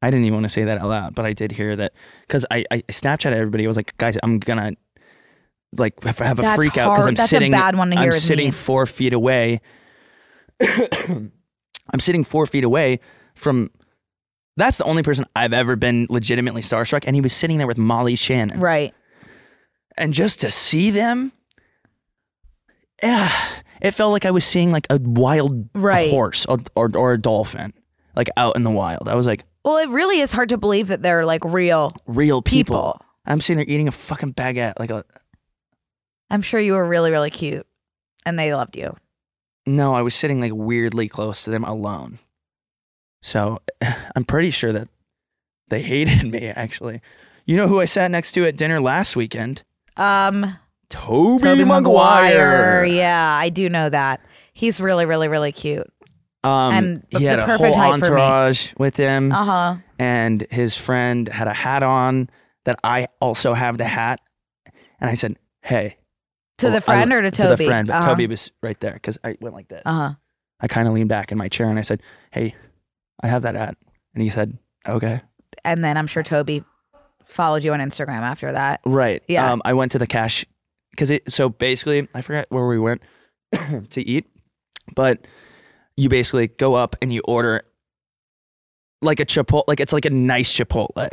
I didn't even want to say that out loud, but I did hear that because I, I Snapchat everybody. I was like, guys, I'm gonna like have have a
That's
freak out because
hard.
I'm
That's a
sitting.
bad one to hear
I'm
is
sitting
mean.
four feet away. I'm sitting four feet away from. That's the only person I've ever been legitimately starstruck, and he was sitting there with Molly Shannon,
Right.
and just to see them, yeah, it felt like I was seeing like a wild
Right.
horse or, or or a dolphin, like out in the wild. I was like,
Well, it really is hard to believe that they're like real.
real people.
People.
I'm sitting there eating a fucking baguette. Like, a,
I'm sure you were really, really cute and they loved you.
no, I was sitting like weirdly close to them alone. So I'm pretty sure that they hated me, actually. You know who I sat next to at dinner last weekend?
Um,
Toby,
Toby Maguire.
Maguire.
Yeah, I do know that. He's really, really, really cute.
Um,
And
he
the
had a
perfect
whole
height for me.
entourage with him,
Uh huh.
and his friend had a hat on that I also have the hat. And I said, Hey,
To the friend or to Toby?
To the friend, but
Uh-huh.
Toby um, uh, was right there because I went like this.
Uh-huh.
I kind of leaned back in my chair and I said, "Hey, I have that ad," and he said, "Okay."
And then I'm sure Toby followed you on Instagram after that.
Right.
Yeah.
Um, I went to the cash because it. So basically, I forgot where we went to eat, but you basically go up and you order like a chipotle. Like it's like a nice chipotle.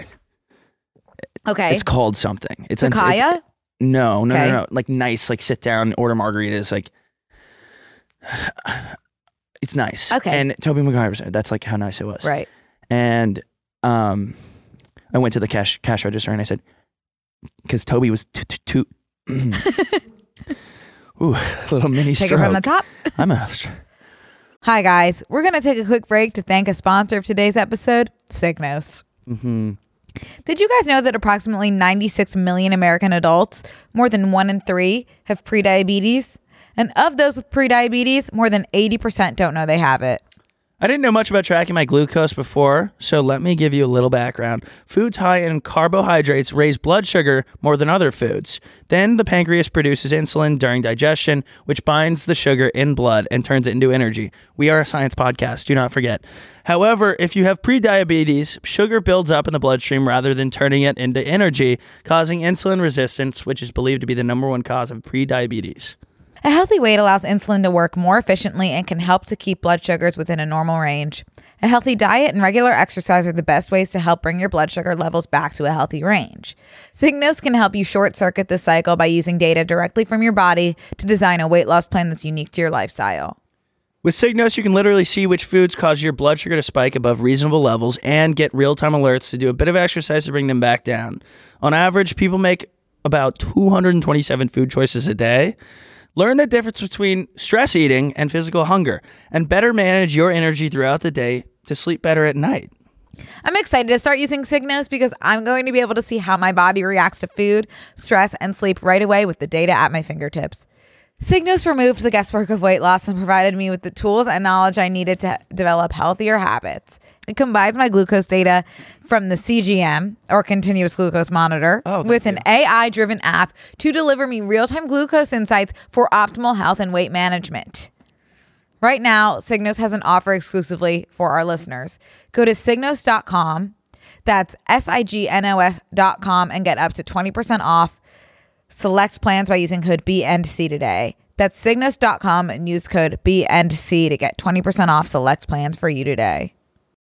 Okay.
It's called something. It's it's- it's-
Takaya?
No, no,
Okay.
no, no. Like nice. Like sit down, order margaritas. Like it's nice.
Okay.
And Toby McGuire said that's like how nice it was.
Right.
And um, I went to the cash cash register and I said, because Toby was t- t- too. Ooh, little mini
Take
stroke.
it from the top.
I'm a. str-
Hi, guys. We're going to take a quick break to thank a sponsor of today's episode, Signos. Did you guys know that approximately 96 million American adults, more than one in three, have prediabetes? And of those with prediabetes, more than 80% don't know they have it.
I didn't know much about tracking my glucose before, so let me give you a little background. Foods high in carbohydrates raise blood sugar more than other foods. Then the pancreas produces insulin during digestion, which binds the sugar in blood and turns it into energy. We are a science podcast, do not forget. However, if you have prediabetes, sugar builds up in the bloodstream rather than turning it into energy, causing insulin resistance, which is believed to be the number one cause of prediabetes.
A healthy weight allows insulin to work more efficiently and can help to keep blood sugars within a normal range. A healthy diet and regular exercise are the best ways to help bring your blood sugar levels back to a healthy range. Signos can help you short circuit this cycle by using data directly from your body to design a weight loss plan that's unique to your lifestyle.
With Signos, you can literally see which foods cause your blood sugar to spike above reasonable levels and get real time alerts to do a bit of exercise to bring them back down. On average, people make about 227 food choices a day. Learn the difference between stress eating and physical hunger, and better manage your energy throughout the day to sleep better at night.
I'm excited to start using Signos because I'm going to be able to see how my body reacts to food, stress, and sleep right away with the data at my fingertips. Signos removed the guesswork of weight loss and provided me with the tools and knowledge I needed to develop healthier habits. It combines my glucose data from the CGM or continuous glucose monitor
thank
with an AI driven app to deliver me real time glucose insights for optimal health and weight management. Right now, Signos has an offer exclusively for our listeners. Go to signos.com, that's S I G N O S.com, and get up to 20% off select plans by using code B and C today. That's signos.com and use code B and C to get 20% off select plans for you today.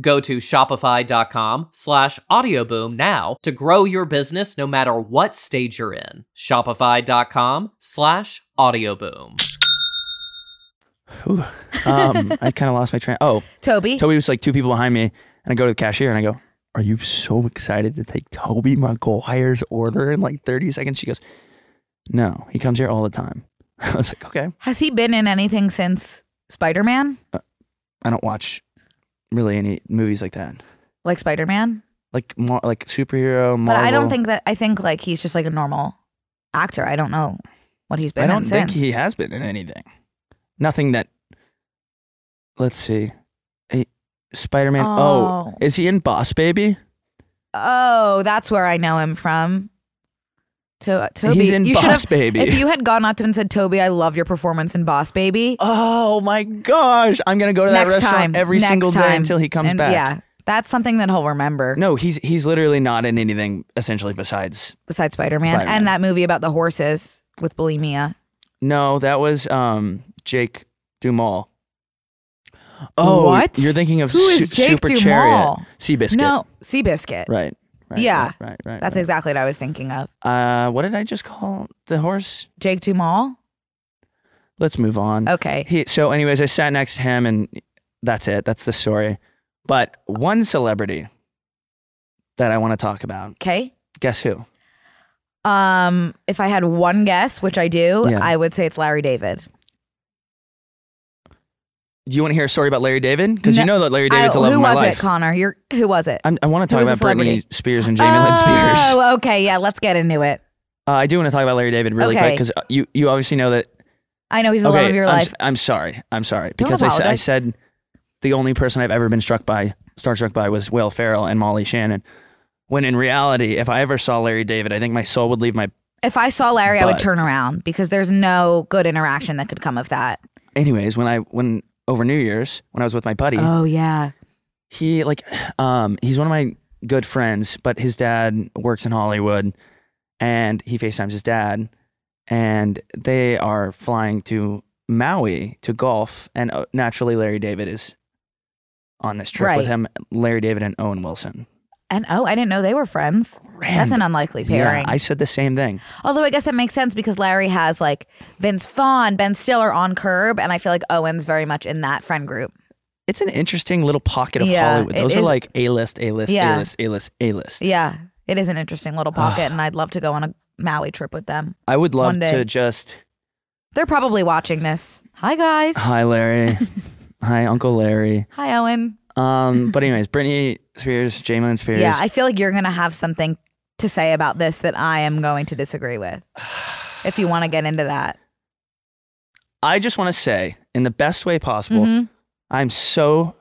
Go to shopify.com slash audioboom now to grow your business no matter what stage you're in. Shopify.com slash audioboom.
Whew. Um, I kind of lost my train. Oh,
Toby?
Toby was like two people behind me, and I go to the cashier and I go, "Are you so excited to take Toby McGuire's order in like 30 seconds?" She goes, "No, he comes here all the time." I was like, "Okay,
Has he been in anything since Spider Man?
I don't watch really any movies like that,
Like Spider Man?
like more like superhero." Marvel.
But I don't think that, I think like he's just like a normal actor. I don't know what he's been
I don't
in
think
since.
he has been in anything. Nothing that. Let's see, Spider Man. Oh.
Oh.
is he in Boss Baby?
Oh, that's where I know him from. To- uh, Toby,
He's in
you should
Boss
have-
Baby.
If you had gone up to him and said, "Toby, I love your performance in Boss Baby,"
Oh my gosh. I'm going to go to that
next
restaurant
time,
every
next
single day
time.
until he comes
And
back.
Yeah, that's something that he'll remember.
No, he's he's literally not in anything essentially besides.
Besides Spider Man
Spider-Man.
and that movie about the horses with bulimia.
No, that was um Jake Dumal. Oh,
What?
You're thinking of
Who is
Su-
Jake
Super
Dumas?
Chariot, Seabiscuit.
No, Seabiscuit.
right. right
Yeah.
right, right, right.
That's
right.
exactly what I was thinking of.
Uh, what did I just call the horse?
Jake Dumal.
Mm-hmm. Let's move on.
Okay.
He, so, anyways, I sat next to him, and that's it. That's the story. But one celebrity that I want to talk about.
Okay.
Guess who?
Um, if I had one guess, which I do,
Yeah.
I would say it's Larry David.
Do you want to hear a story about Larry David? Because you
No,
know that Larry David's
I-
a love
who
of my
was
life.
it, Connor? You're who was it?
I'm, I want to
Who
talk
was
about
the celebrity?
Britney Spears and Jamie Lynn Spears.
Oh, okay. Yeah, let's get into it.
Uh, I do want to talk about Larry David really quick
Okay.
because you you obviously know that.
I know he's the love of your
I'm,
life.
s- I'm sorry. I'm sorry
Don't
because I, s- I
apologize.
said the only person I've ever been struck by, star struck by, was Will Ferrell and Molly Shannon. When in reality, if I ever saw Larry David, I think my soul would leave my.
if I saw Larry, I
But-
would turn around because there's no good interaction that could come of that.
Anyways, when I when over New Year's when I was with my buddy,
Oh yeah.
he like um he's one of my good friends but his dad works in hollywood and he facetimes his dad and they are flying to maui to golf and uh, naturally larry david is on this trip with
Right.
him larry david and owen wilson
And oh, I didn't know they were friends. That's an
Random.
unlikely
yeah,
pairing.
i said the same thing
Although I guess that makes sense because Larry has like Vince Vaughn, Ben Stiller on Curb, and I feel like Owen's very much in that friend group.
it's an interesting little pocket of
Yeah,
hollywood
it
those are
is-
like a-list a-list
Yeah.
a-list a-list a-list
Yeah, it is an interesting little pocket, and I'd love to go on a Maui trip with them.
i would love
One day.
to just
They're probably watching this. Hi guys.
hi larry hi uncle larry
Hi Owen.
Um, but anyways, Britney Spears, Jalen Spears.
Yeah, I feel like you're gonna have something to say about this that I am going to disagree with. If you want to get into that,
I just want to say, in the best way possible,
Mhm.
I'm so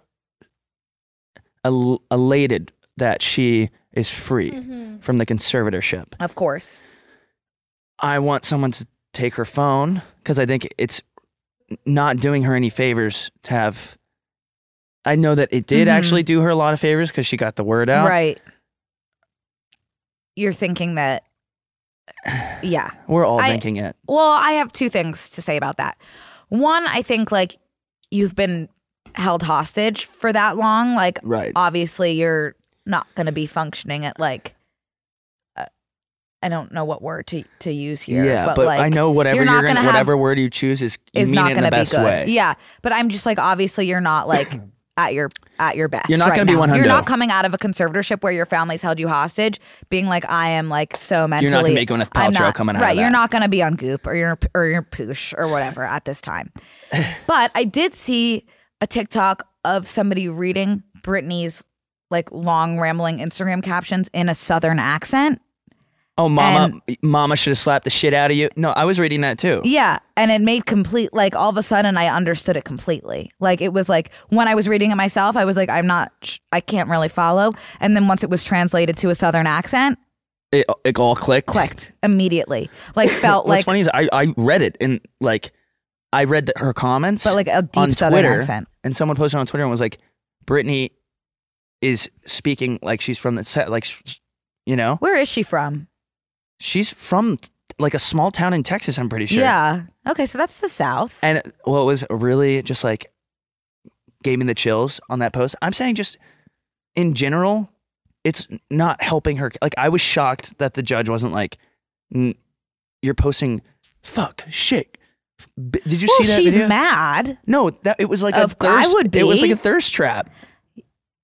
el- elated that she is free
Mm-hmm.
from the conservatorship.
of course.
I want someone to take her phone because I think it's not doing her any favors to have. I know that it did
Mhm.
actually do her a lot of favors because she got the word out.
Right. You're thinking that. Yeah.
We're all
I-
thinking it.
Well, I have two things to say about that. One, I think like you've been held hostage for that long. Like,
Right.
obviously, you're not going to be functioning at like, uh, I don't know what word to, to use here.
yeah, but,
like,
I know whatever
you're
you're,
not
gonna,
gonna have-
whatever word you choose is you
is
mean
not
it in
going
the
to be
best
good.
way.
Yeah, but I'm just like obviously you're not like at your at your best.
You're not
right
gonna be
now.
one
You're
hundo.
not coming out of a conservatorship where your family's held you hostage, being like I am like so mentally.
gonna be Gwyneth
I'm
Paltrow
not-
coming out of
Right, you're
that.
not going to be on Goop or your or your Poosh or whatever at this time. but I did see a TikTok of somebody reading Britney's like long rambling Instagram captions in a southern accent.
Oh, mama, mama should have slapped the shit out of you. No, I was reading that too.
Yeah, and it made complete like all of a sudden I understood it completely. Like it was like when I was reading it myself, I was like I'm not sh- I can't really follow. And then once it was translated to a southern accent,
It, it all clicked.
clicked immediately. Like felt
What's
like
funny is I, I read it and like I read the, her comments,
but like a deep
on
southern
Twitter,
accent.
and someone posted on Twitter and was like, "Brittany is speaking like she's from the set, like sh- you know,
Where is she from?
she's from like a small town in Texas. I'm pretty sure.
Yeah. Okay, so that's the south.
And what was really just like gave me the chills on that post. I'm saying just in general, it's not helping her. Like I was shocked that the judge wasn't like, "N- "You're posting fuck shit." B- Did you
well,
see that
she's
video?
mad.
no, that it was like a
Of cou- I
thirst.
would
It was
be.
like a thirst trap.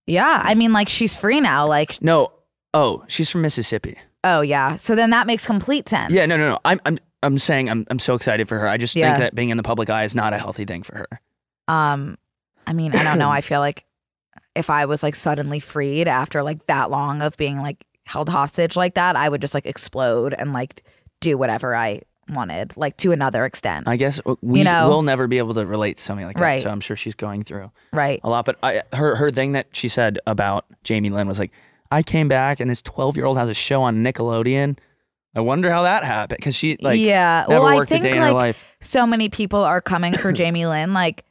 Yeah, I mean like she's free now like
No, oh, she's from Mississippi.
oh yeah. So then that makes complete sense.
Yeah, no, no, no. I'm, I'm, I'm saying I'm, I'm so excited for her. I just
Yeah.
think that being in the public eye is not a healthy thing for her.
Um, I mean, I don't know. I feel like if I was like suddenly freed after like that long of being like held hostage like that, I would just like explode and like do whatever I wanted, like to another extent,
I guess uh, we
know.
will never be able to relate to something like that.
Right.
So I'm sure she's going through.
right?
a lot. But I, her her thing that she said about Jamie Lynn was like, I came back and this 12 year old has a show on Nickelodeon. I wonder how that happened because she like
yeah.
never
Well, I
worked
think
a day in her
like
life.
so many people are coming for Jamie Lynn, like,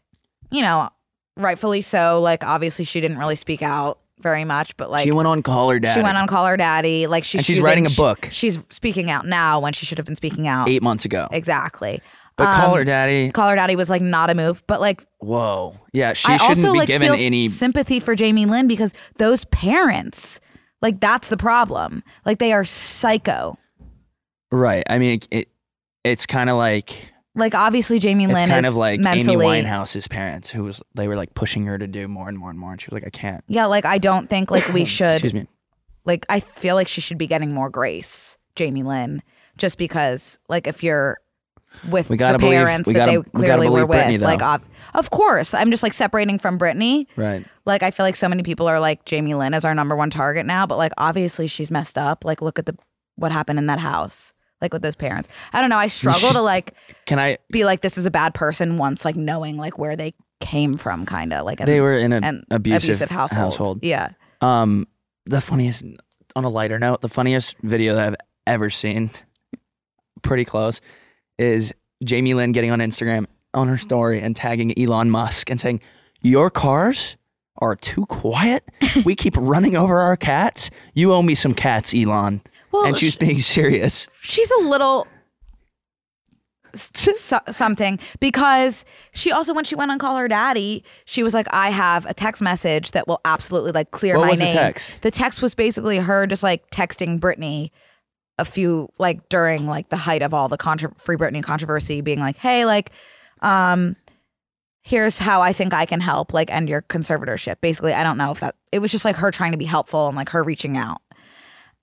you know, rightfully so. Like, obviously, she didn't really speak out very much, but like,
she went on call her dad.
she went on Call Her Daddy. Like, she's
And she's
choosing-
writing a book.
she's speaking out now when she should have been speaking out.
eight months ago.
um, Exactly.
But call her
Um,
daddy.
Call Her Daddy was like not a move, but like,
Whoa. Yeah, she
I
shouldn't
also
be
like feel
given any.
sympathy for Jamie Lynn because those parents, like, that's the problem. Like, they are psycho.
Right. I mean, it, it it's kind of like
Like, obviously, Jamie
it's
Lynn
kind
is
of like
mentally.
Amy Winehouse's parents, who was they were like pushing her to do more and more and more, and she was like, I can't.
Yeah, like I don't think like we should
Excuse me.
like I feel like she should be getting more grace, Jamie Lynn, just because like if you're with
We
the
gotta believe-
parents
we
that
gotta- we
they
gotta
clearly were
believe Britney,
with, like
though.
ob- of course, I'm just like separating from Brittany.
Right.
Like I feel like so many people are like Jamie Lynn is our number one target now, but like obviously she's messed up. Like look at the what happened in that house, like with those parents. I don't know. I struggle to like
Can I?
be like this is a bad person once like knowing like where they came from, kind of like and-
They were in an
and
abusive,
household.
household.
Yeah.
Um, the funniest. On a lighter note, the funniest video that I've ever seen, pretty close, is Jamie Lynn getting on Instagram on her story and tagging Elon Musk and saying, "Your cars are too quiet. We keep running over our cats. You owe me some cats, Elon."
Well,
and she was being serious.
she's a little s- so- something because she also when she went on call her daddy she was like i have a text message that will absolutely like clear
What
my
was the
name
text?
the text was basically her just like texting brittany a few like during like the height of all the contro- free brittany controversy being like hey like um here's how i think i can help like end your conservatorship basically i don't know if that it was just like her trying to be helpful and like her reaching out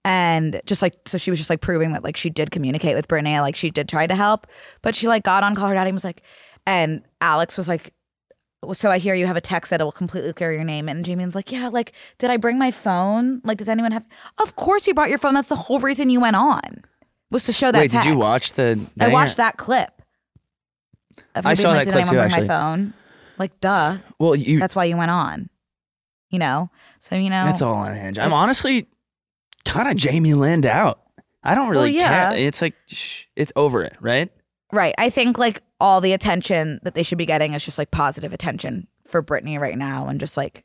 and just like so she was just like proving that like she did communicate with Brene, like she did try to help, but she like got on call her daddy and was like, and Alex was like, so I hear you have a text that will completely clear your name, and Jamie's like, yeah, like did I bring my phone? Like does anyone have? Of course you brought your phone. That's the whole reason you went on was to show that.
Wait, did you
text.
watch the?
I
thing?
watched that clip. Of
I
her being
saw
like,
that
did
clip
anyone
too,
bring
actually.
my phone? Like duh,
Well, you.
that's
That's,
why you went on. You know, so you know
all on Hinge. I'm
It's-
honestly kind of Jamie Lind out. I don't really
Well, yeah.
care. It's like sh- it's over it, right?
Right. I think like all the attention that they should be getting is just like positive attention for Brittany right now and just like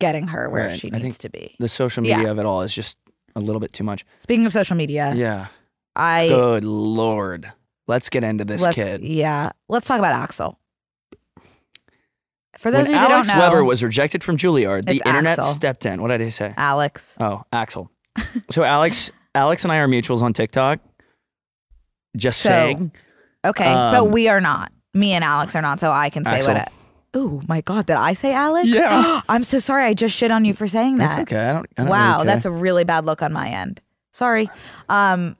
getting her where
Right.
she
I
needs
think-
to be.
The social
Yeah.
media of it all is just a little bit too much.
Speaking of social media,
yeah.
I
Good lord. Let's get into this
let's e-,
kid.
yeah, let's talk about Axel. For those
when
of you who
Alex
don't know,
Weber was rejected from Juilliard, the
It's
internet
Axel.
stepped in. What did I say?
Alex.
Oh, Axel. so Alex, Alex and I are mutuals on TikTok. Just
So,
saying.
Okay,
Um,
but we are not. Me and Alex are not, so I can say
Axel.
what. I- oh my God! Did I say Alex?
Yeah.
I'm so sorry. I just shit on you for saying that.
That's okay. I don't. I don't
wow,
really care.
that's a really bad look on my end. Sorry. Um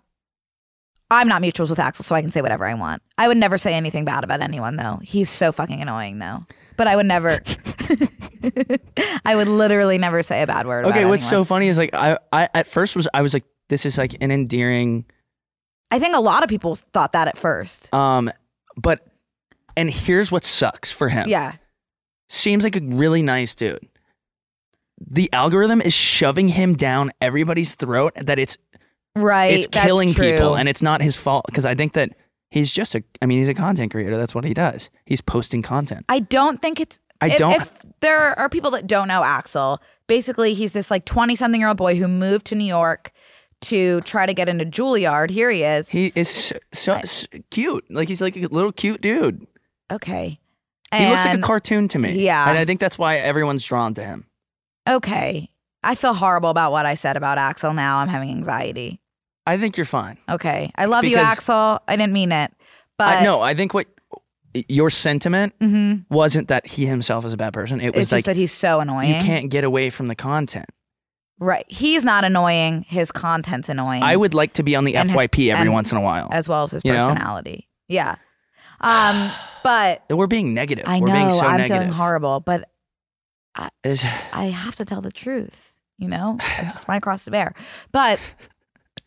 I'm not mutuals with Axel, so I can say whatever I want. I would never say anything bad about anyone though. He's so fucking annoying though. But I would never I would literally never say a bad word about
okay what's
anyone.
so funny is like I, I at first was i was like this is like an endearing
I think a lot of people thought that at first.
um but and here's what sucks for him
Yeah.
seems like a really nice dude the algorithm is shoving him down everybody's throat that it's
Right.
it's
that's
killing
true.
people and it's not his fault because i think that he's just a i mean he's a content creator that's what he does he's posting content
I don't think it's.
I
if-
don't-
If there are people that don't know Axel, basically he's this like twenty-something year old boy who moved to New York to try to get into Juilliard. Here he is.
he is so, so, so cute like he's like a little cute dude
okay.
he looks like a
And-
cartoon to me
yeah.
and i think that's why everyone's drawn to him
Okay. I feel horrible about what I said about Axel. Now I'm having anxiety.
i think you're fine
Okay. I love you,
Because-
Axel. I didn't mean it, but
I, no, I think what your sentiment
Mhm.
wasn't that he himself is a bad person. It was
it's
like
just that he's so annoying.
you can't get away from the content.
Right. He's not annoying. His content's annoying.
I would like to be on the
And his-
FYP every
and-
once in a while.
as well as his
you know?
personality. Yeah. Um. But
We're being negative.
I
We're
know
being so
I'm
negative.
feeling horrible, but
It's-
I have to tell the truth. You know, it's just my cross to bear. But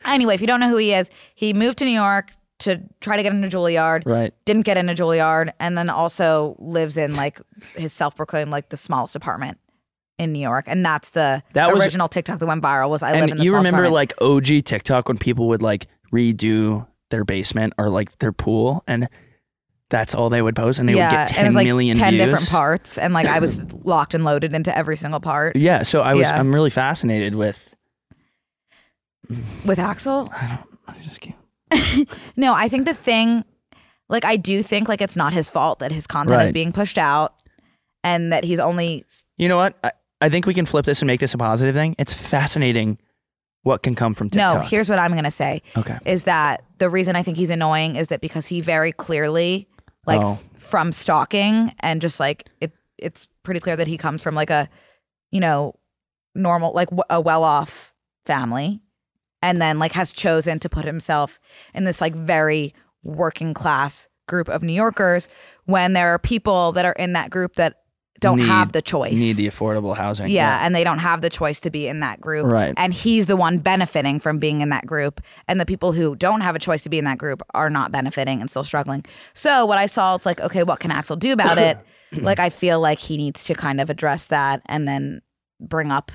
anyway, if you don't know who he is, he moved to New York to try to get into Juilliard.
right.
Didn't get into Juilliard, and then also lives in like his self-proclaimed like the smallest apartment in New York, and that's the
That was-
original TikTok that went viral. Was I live in
and
the
you remember like OG TikTok when people would like redo their basement or like their pool, and that's all they would post, and they would get
and it
ten
was
million
like ten
views.
different parts, and like I was locked and loaded into every single part
Yeah, so I was
Yeah.
I'm really fascinated with.
with Axel.
I just can't.
No, I think the thing, like, I do think like it's not his fault that his content is
Right.
being pushed out, and that he's only
You know what? I, I think we can flip this and make this a positive thing. It's fascinating what can come from TikTok.
no. Here's what I'm gonna say
okay.
is that the reason I think he's annoying is that because he very clearly like
Oh.
f- from stalking and just like it it's pretty clear that he comes from like a you know normal like w- a well-off family and then like has chosen to put himself in this like very working class group of New Yorkers when there are people that are in that group that don't
Need-
have the choice.
Need the affordable housing.
Yeah, and they don't have the choice to be in that group.
Right.
And he's the one benefiting from being in that group. And the people who don't have a choice to be in that group are not benefiting and still struggling. So what I saw is like, okay, what can Axel do about it? like I feel like he needs to kind of address that and then bring up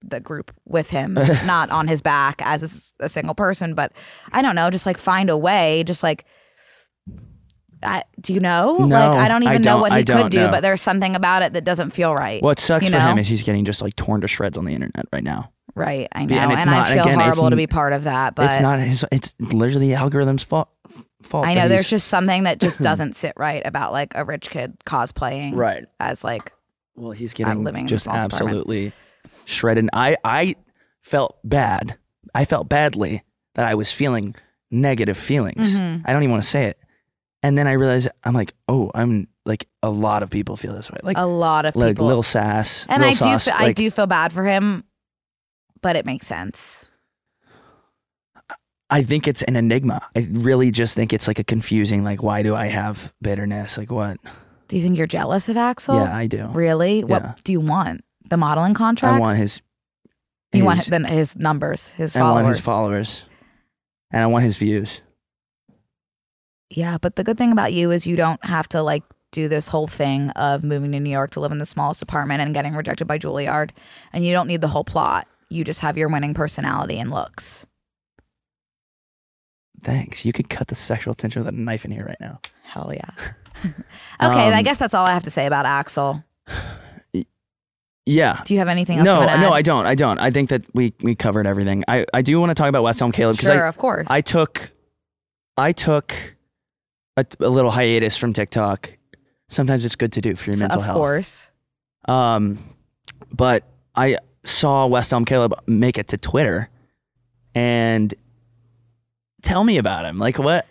the group with him, not on his back as a s- a single person, but I don't know, just like find a way, just like I, do you know?
No,
like I don't
I
even know
don't-
what
I
he
don't
could do,
know.
but there's something about it that doesn't feel right.
What sucks
you
for him
know?
is he's getting just like torn to shreds on the internet right now.
Right, I know,
Yeah, and
and,
it's not-
I feel
again, it's
horrible to
n-
be part of that, but
it's not his. It's literally the algorithm's fault. Fault.
I
that
know
Oh, he's-
there's just something that just doesn't sit right about like a rich kid cosplaying
right.
as like
Well, he's getting
living in a
just
small apartment.
absolutely shredded. I I felt bad. I felt badly that I was feeling negative feelings.
Mhm.
I don't even want to say it. And then I realized I'm like, oh, I'm like a lot of people feel this way. Like
a lot of
like
people.
little sass.
and
Lil
I do,
Sauce,
fe- I
like,
do feel bad for him, but it makes sense.
I think it's an enigma. I really just think it's like a confusing. Like, why do I have bitterness? Like, what?
Do you think you're jealous of Axel?
yeah, I do.
really?
Yeah.
What do you want? The modeling contract?
I want his.
you want
his-
then his numbers, his
I
followers.
want his followers, and I want his views.
Yeah, but the good thing about you is you don't have to like do this whole thing of moving to New York to live in the smallest apartment and getting rejected by Juilliard, and you don't need the whole plot. You just have your winning personality and looks.
Thanks. You could cut the sexual tension with a knife in here right now.
Hell yeah. okay,
Um,
I guess that's all I have to say about Axel.
Yeah.
Do you have anything else? you
No,
wanna
no,
add?
I don't. I don't. I think that we we covered everything. I I do want to talk about West Elm Caleb because
Sure, of course.
I I took I took a, a little hiatus from TikTok. Sometimes it's good to do for your
So,
mental
of
health.
course.
Um, but I saw West Elm Caleb make it to Twitter, and tell me about him. Like, what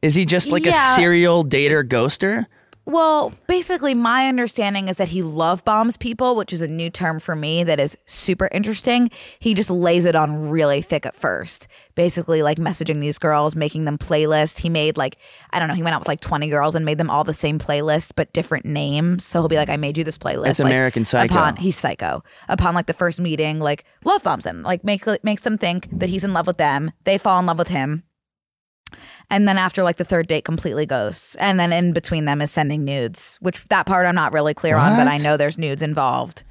is he just like
Yeah.
a serial dater ghoster?
Well, basically, my understanding is that he love bombs people, which is a new term for me that is super interesting. He just lays it on really thick at first, basically, like messaging these girls, making them playlists. He made like, I don't know, he went out with like 20 girls and made them all the same playlist, but different names. So he'll be like, I made you this playlist.
That's
like,
American Psycho.
Upon, he's psycho. Upon like the first meeting, like love bombs them, like make, makes them think that he's in love with them. They fall in love with him and then after like the third date completely ghosts and then in between them is sending nudes which that part i'm not really clear on but i
What?
know there's nudes involved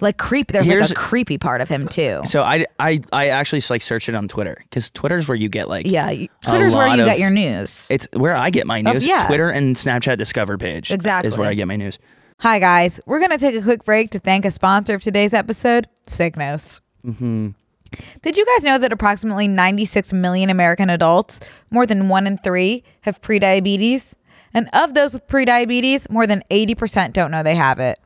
like creep there's
Here's-
like a creepy part of him too
So I I I actually like searched it on Twitter because Twitter's where you get like
yeah you- twitter's where
lot
you
of-
get your news
It's where I get my
Of-
news.
yeah.
Twitter and Snapchat Discover page is
Exactly.
where I get my news.
Hi, guys. We're going to take a quick break to thank a sponsor of today's episode, Signos.
Mm-hmm.
Did you guys know that approximately 96 million American adults, more than one in three, have prediabetes? And of those with prediabetes, more than 80% don't know they have it.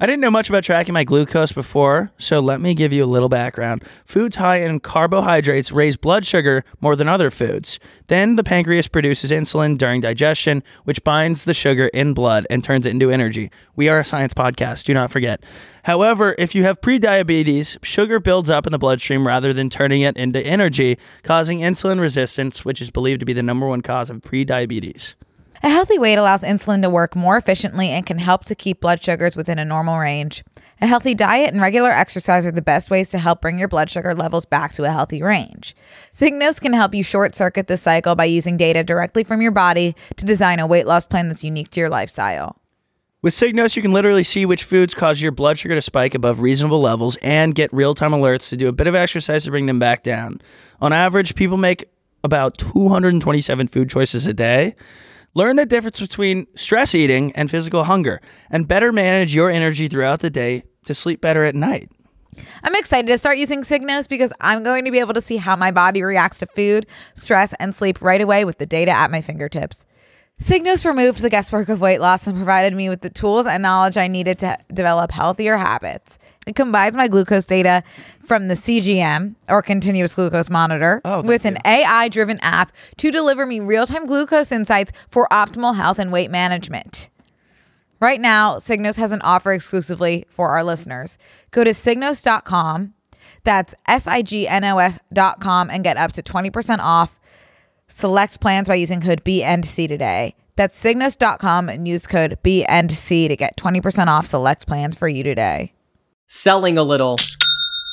I didn't know much about tracking my glucose before, so let me give you a little background. Foods high in carbohydrates raise blood sugar more than other foods. Then the pancreas produces insulin during digestion, which binds the sugar in blood and turns it into energy. We are a science podcast, do not forget. However, if you have prediabetes, sugar builds up in the bloodstream rather than turning it into energy, causing insulin resistance, which is believed to be the number one cause of prediabetes.
A healthy weight allows insulin to work more efficiently and can help to keep blood sugars within a normal range. A healthy diet and regular exercise are the best ways to help bring your blood sugar levels back to a healthy range. Signos can help you short circuit this cycle by using data directly from your body to design a weight loss plan that's unique to your lifestyle.
With Signos, you can literally see which foods cause your blood sugar to spike above reasonable levels and get real time alerts to do a bit of exercise to bring them back down. On average, people make about 227 food choices a day. Learn the difference between stress eating and physical hunger, and better manage your energy throughout the day to sleep better at night.
I'm excited to start using Signos because I'm going to be able to see how my body reacts to food, stress, and sleep right away with the data at my fingertips. Signos removed the guesswork of weight loss and provided me with the tools and knowledge I needed to develop healthier habits. It combines my glucose data from the CGM or continuous glucose monitor
Oh, thank
with an AI driven app to deliver me real time glucose insights for optimal health and weight management. Right now, Signos has an offer exclusively for our listeners. Go to signos.com, that's S I G N O S.com, and get up to 20% off select plans by using code B and C today. That's signos.com and use code B and C to get 20% off select plans for you today.
Selling a little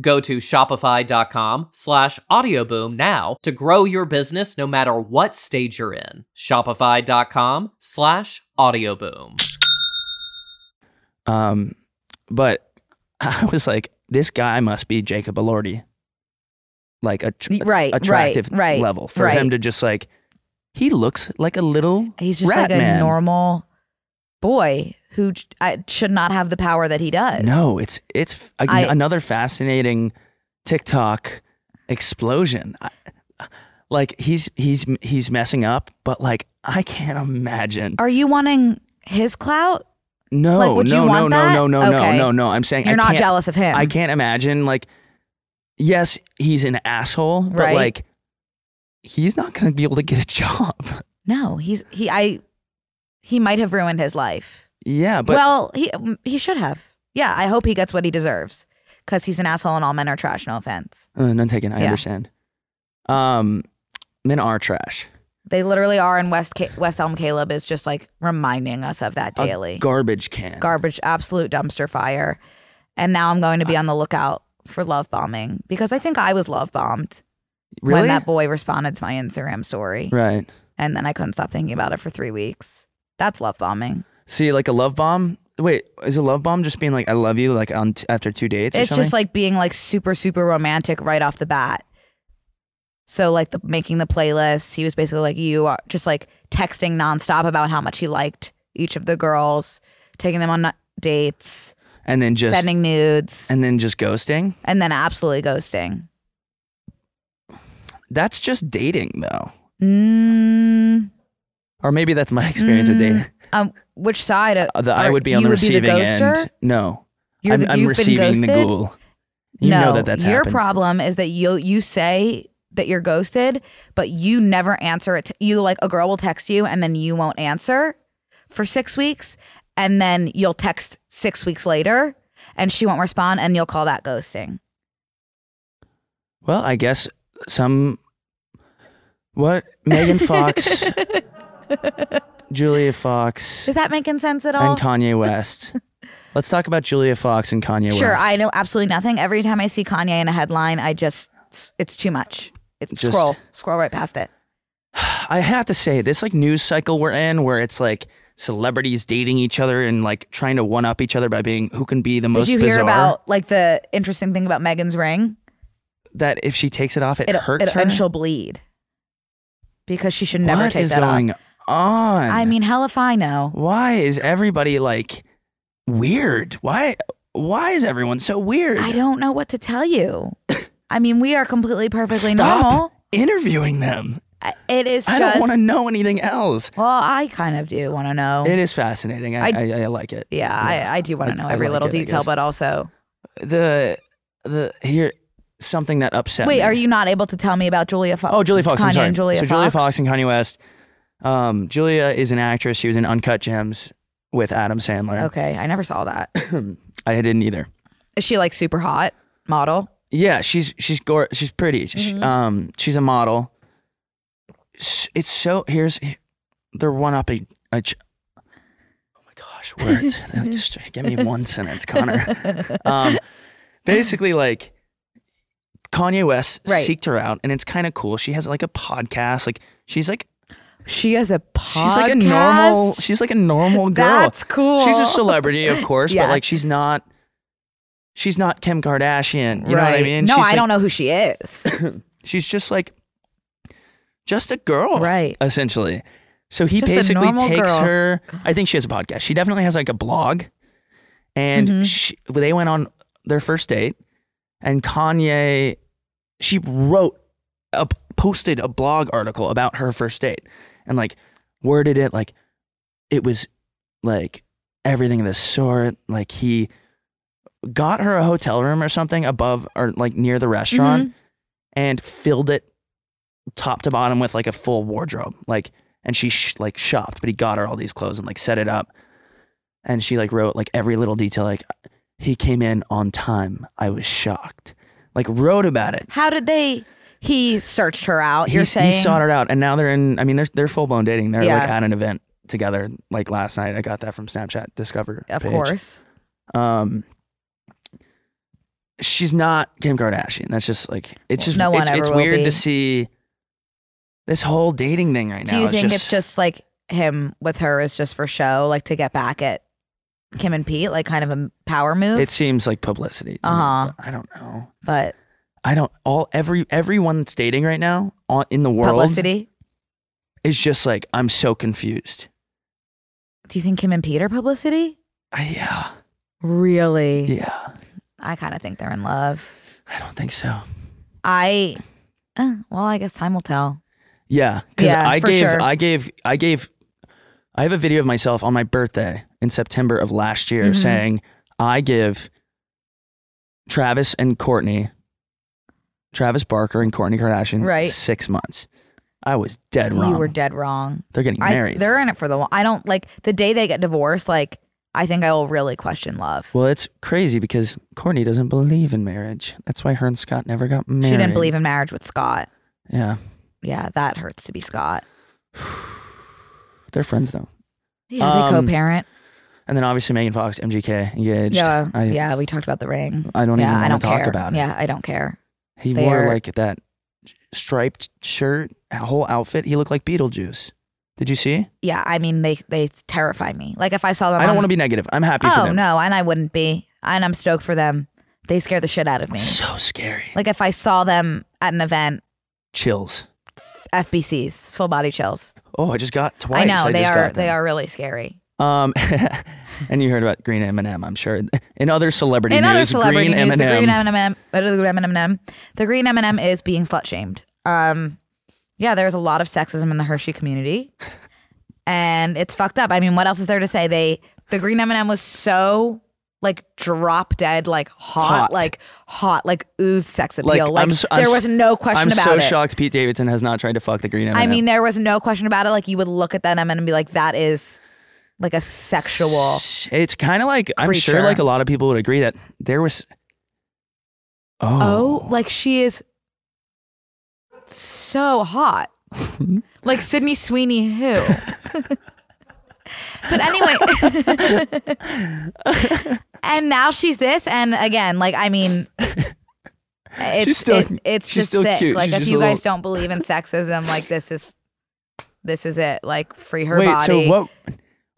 Go to shopify.com slash audioboom now to grow your business no matter what stage you're in. Shopify.com slash audioboom.
Um, but I was like, this guy must be Jacob Elordi, like a tr-
Right, right,
attractive
right,
level for
right.
him to just like. He looks like a little.
He's just
rat
like a
man.
normal boy who j- I- should not have the power that he does.
No, it's it's a,
I-
another fascinating TikTok explosion. I, like he's he's he's messing up, but like I can't imagine.
Are you wanting his clout?
no,
like, would you
no, no,
want
no,
that?
no, no, no,
Okay.
no, no. I'm saying
You're
I
not
can't-
jealous of him.
I can't imagine. Like, yes, he's an asshole, but
Right.
like, he's not going to be able to get a job.
No, he's he. I he might have ruined his life.
yeah, but
well, he he should have. Yeah, I hope he gets what he deserves because he's an asshole and all men are trash. No offense,
uh, none taken. I
Yeah.
understand. Um, men are trash.
they literally are. And West Ca- West Elm Caleb is just like reminding us of that
A
daily
garbage can.
garbage, absolute dumpster fire. And now I'm going to be on the lookout for love bombing because I think I was love bombed
really?
when that boy responded to my Instagram story,
right.
and then I couldn't stop thinking about it for three weeks. That's love bombing.
See, like a love bomb. Wait, is a love bomb just being like "I love you" like on t- after two dates? Or
it's
something?
just like being like super super romantic right off the bat so like the making the playlist he was basically like you are just like texting nonstop about how much he liked each of the girls taking them on ni- dates
and then just
sending nudes and,
and then just ghosting.
then absolutely ghosting
That's just dating, though,
mm,
or maybe that's my experience with
Mm.
dating.
um which side of,
Uh, The, I
are-
would be on
you
the receiving
ghoster?
end. No,
you're
I'm,
the,
I'm
you've been
receiving
ghosted?
the ghoul. You
no,
know that that's
your
happened.
problem is that you you say that you're ghosted, but you never answer it. You like a girl will text you and then you won't answer for six weeks, and then you'll text six weeks later and she won't respond, and you'll call that ghosting.
Well, I guess some. What Megan Fox, Julia Fox,
Is that making sense at all?
and Kanye West. Let's talk about Julia Fox and Kanye West.
sure, I know absolutely nothing. Every time I see Kanye in a headline, I just it's too much. It's
Just-
scroll scroll right past it.
I have to say, this like news cycle we're in where it's like celebrities dating each other and like trying to one up each other by being who can be the
Did
most
you
bizarre
hear about like the interesting thing about Megan's ring?
that if she takes it off it,
It'll-
hurts
it'll-
her.
and she'll bleed because she should never
What
take
is
that
going
off.
on?
I mean, hell if I know.
why is everybody like weird? Why why is everyone so weird?
I don't know what to tell you. I mean, we are completely perfectly
Stop
normal.
interviewing them.
I- It is.
I
just,
don't want to know anything else.
Well, I kind of do want to know.
It is fascinating. I, I,
I-
I, like it.
yeah, I, I do want
I-
to know
I
every
like
little
it, I
detail,
guess.
but also,
The the here something that upset.
wait,
me.
are you not able to tell me about Julia Fox?
Oh, Julia Fox.
Kanye
I'm sorry.
and Julia
so
Fox.
Julia Fox and Kanye West. Um, Julia is an actress. She was in Uncut Gems with Adam Sandler.
Okay, I never saw that.
I didn't either.
Is she like super hot model?
Yeah, she's she's gor- she's pretty. She-
Mm-hmm.
um, she's a model. S- It's so here's they're one up a. a ch- oh my gosh, words. That just give me one sentence, Connor. Um, basically, like Kanye West
Right.
seeked her out, and it's kind of cool. She has like a podcast. Like she's like
She has a podcast.
She's like a normal. She's like a normal girl.
That's cool.
She's a celebrity, of course,
Yeah.
but like she's not. She's not Kim Kardashian. You know what I mean?
No,
she's
I
like-
don't know who she is.
She's just like, just a girl,
Right.
Essentially. So he
Just a
basically
normal
takes
girl.
her. I think she has a podcast. She definitely has like a blog, and
Mm-hmm.
she, they went on their first date, and Kanye, she wrote, a, posted a blog article about her first date, and like worded it like, it was like everything of the sort. Like he got her a hotel room or something above or like near the restaurant and filled it top to bottom with like a full wardrobe. Like, and she sh- like shopped, but he got her all these clothes and like set it up. And she like wrote like every little detail. Like he came in on time. I was shocked. Like wrote about it.
How did they? He searched her out. Oh,
He,
You're
he
saying
sought her out, and now they're in. I mean, they're they're full blown dating. They're like
Yeah.
at an event together. Like last night, I got that from Snapchat Discover.
of
page.
course.
Um, she's not Kim Kardashian. That's just like it's just
No one
it's, it's
ever will
weird
be.
to see this whole dating thing right
Do
now.
you think
just,
it's just like him with her is just for show, like to get back at Kim and Pete, like kind of a power move?
it seems like publicity. to me,
Uh-huh.
but I don't know.
but
I don't all every everyone that's dating right now on in the world
publicity.
is just like I'm so confused.
Do you think Kim and Pete are publicity?
I, yeah,
Really?
yeah.
I kind of think they're in love.
I don't think so.
I, uh, well, I guess time will tell.
Yeah, because
Yeah,
I
for
gave,
sure.
I gave, I gave, I have a video of myself on my birthday in September of last year
Mhm.
saying I give Travis and Courtney, Travis Barker and Courtney Kardashian,
Right.
six months. I was dead wrong.
You were dead wrong.
They're getting
I,
married.
they're in it for the long. I don't like the day they get divorced. Like I think I will really question love.
well, it's crazy because Courtney doesn't believe in marriage. That's why her and Scott never got married.
she didn't believe in marriage with Scott.
Yeah,
Yeah, that hurts to be Scott.
they're friends though.
Yeah, they
Um,
co-parent.
And then obviously Megan Fox, MGK, engaged.
Yeah,
I,
yeah. We talked about the ring.
I don't
yeah,
even
I
want
don't
to talk
care.
about it.
Yeah, I don't care.
He
They
wore
are-
like that striped shirt, a whole outfit. He looked like Beetlejuice. Did you see?
Yeah, I mean they they terrify me. Like if I saw them,
I don't
on-
want to be negative. I'm happy for
Um, Oh
them.
no, and I wouldn't be. And I'm stoked for them. They scare the shit out of me.
So scary.
Like if I saw them at an event,
Chills.
FBCs, full body chills.
Oh, I just got twice.
I know they
just
are
got
they
them.
are really scary.
Um, and you heard about Green M&M, I'm sure. In other celebrity
In
news,
other celebrity
Green
news,
M&M.
the green M&M, uh, the green M&M, the green M&M is being slut shamed. Um, yeah, there's a lot of sexism in the Hershey community, and it's fucked up. I mean, what else is there to say? They the green M&M was so like drop dead, like hot,
Hot.
like hot, like ooze sex appeal.
Like,
Like,
I'm s- I'm
there
s-
was no question
I'm
about
so
it.
shocked Pete Davidson has not tried to fuck the Green M&M.
I mean, there was no question about it. Like you would look at that M&M and be like, that is like a sexual.
it's kind of like, I'm sure
Creature.
like a lot of people would agree that there was...
Oh, like she is so hot. like Sydney Sweeney, who? but anyway. and now she's this. And again, like, I mean. It's
still-
it- it's
she's
just
still
sick.
cute.
Like
She's
if
just
you
a
guys
little-
don't believe in sexism, like this is this is it. Like free her
Wait,
body.
so what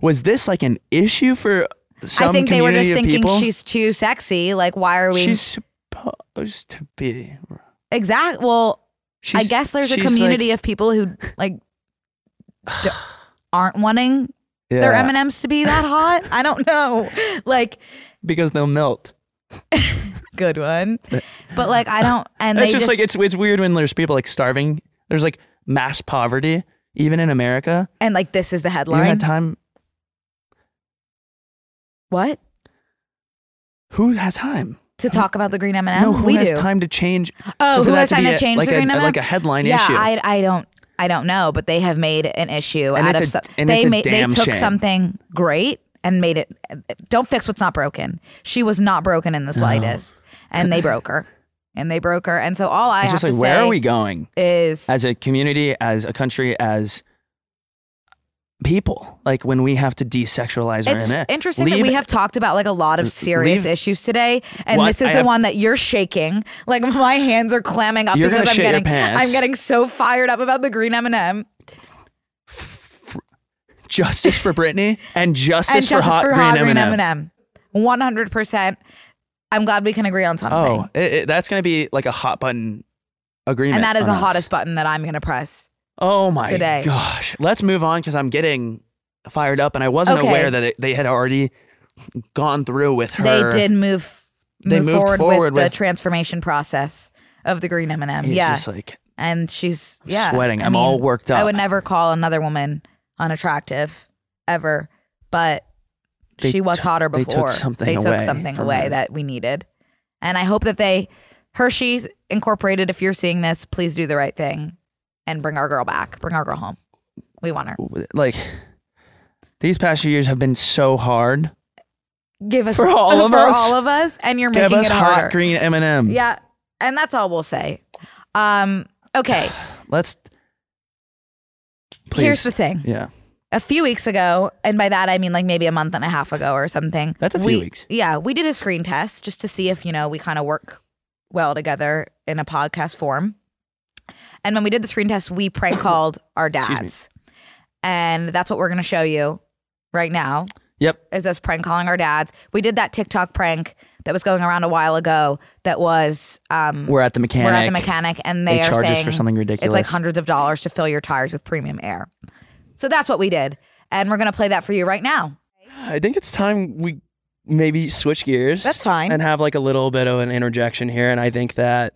was this like an issue for some
I think they were
community
just
of
thinking
people?
she's too sexy. Like, why are we
She's supposed to be.
exact? Well,
She's,
I guess there's a
she's, like-
community of people who like d- aren't wanting their
Yeah,
M and M's to be that hot. I don't know. Like,
because they'll melt.
good one, but like I don't. And
That's
they
just, like it's it's weird when there's people like starving. There's like mass poverty even in America.
and like this is the
You had
headline.
time.
What
Who has time?
to talk about the green M and
no,
M?
who
We
has
do.
time to change?
Oh,
for
who
that
has
to
time
be
to
a-
change
like
the
a-
green M&M?
like a headline
yeah,
issue.
I, I don't I don't know, but they have made an issue
And
out
it's
of
a-
some-
and
they
it's a
made they
damn
took
shame.
something great and made it. Don't fix what's not broken. She was not broken in the slightest, and they broke her, and they broke her. And so all I
It's
have
just
to
like where
say
are we going
is
as a community, as a country, as people? Like when we have to desexualize our
it's
internet.
interesting that
Leave-
we have talked about like a lot of serious
leave-
issues today, and
What?
this is
I
the
have-
one that you're shaking. Like my hands are clamming up
You're gonna
because I'm
shit your
getting
pants.
I'm getting so fired up about the green M and m
justice for Britney and justice,
and
for
justice
hot
for
green
hot
M&M.
green M&M. 100%. I'm glad we can agree on something.
Oh, it, it, that's gonna be like a hot button agreement.
and that is
on
the
us.
hottest button that I'm going to press.
Oh my
today.
gosh! Let's move on because I'm getting fired up, and I wasn't
Okay.
aware that it, they had already gone through with her.
They did move
They
move
moved
forward,
forward
with,
with-
the transformation process of the green M&M.
It's
yeah.
just like
and she's yeah,
sweating.
I
I'm
mean,
all worked up.
I would never call another woman unattractive ever, but
They
she was
took-
hotter
they
before.
took something
They took
away
something
from
away
her.
that we needed. And I hope that they Hershey's Incorporated, if you're seeing this, please do the right thing and bring our girl back. Bring our girl home. We want her.
like these past few years have been so hard.
Give us
For all of us?
all of us, and you're
Give
making
us
it
hot
harder.
green M and m
Yeah, and that's all we'll say. Um, okay,
Let's. Please.
here's the thing.
Yeah.
a few weeks ago, and by that I mean like maybe a month and a half ago or something.
That's a few
we-
weeks.
Yeah, we did a screen test just to see if you know we kind of work well together in a podcast form. And when we did the screen test, we prank called our
Excuse me.
dads, and that's what we're going to show you right now
Yep.
is us prank calling our dads. We did that TikTok prank that was going around a while ago. That was um,
We're at the mechanic.
we're at the mechanic, and they,
They
are
charge us
saying
for something
It's
ridiculous.
like hundreds of dollars to fill your tires with premium air. So that's what we did, and we're gonna play that for you right now.
I think it's time we maybe switch gears.
That's fine.
And have like a little bit of an interjection here. And I think that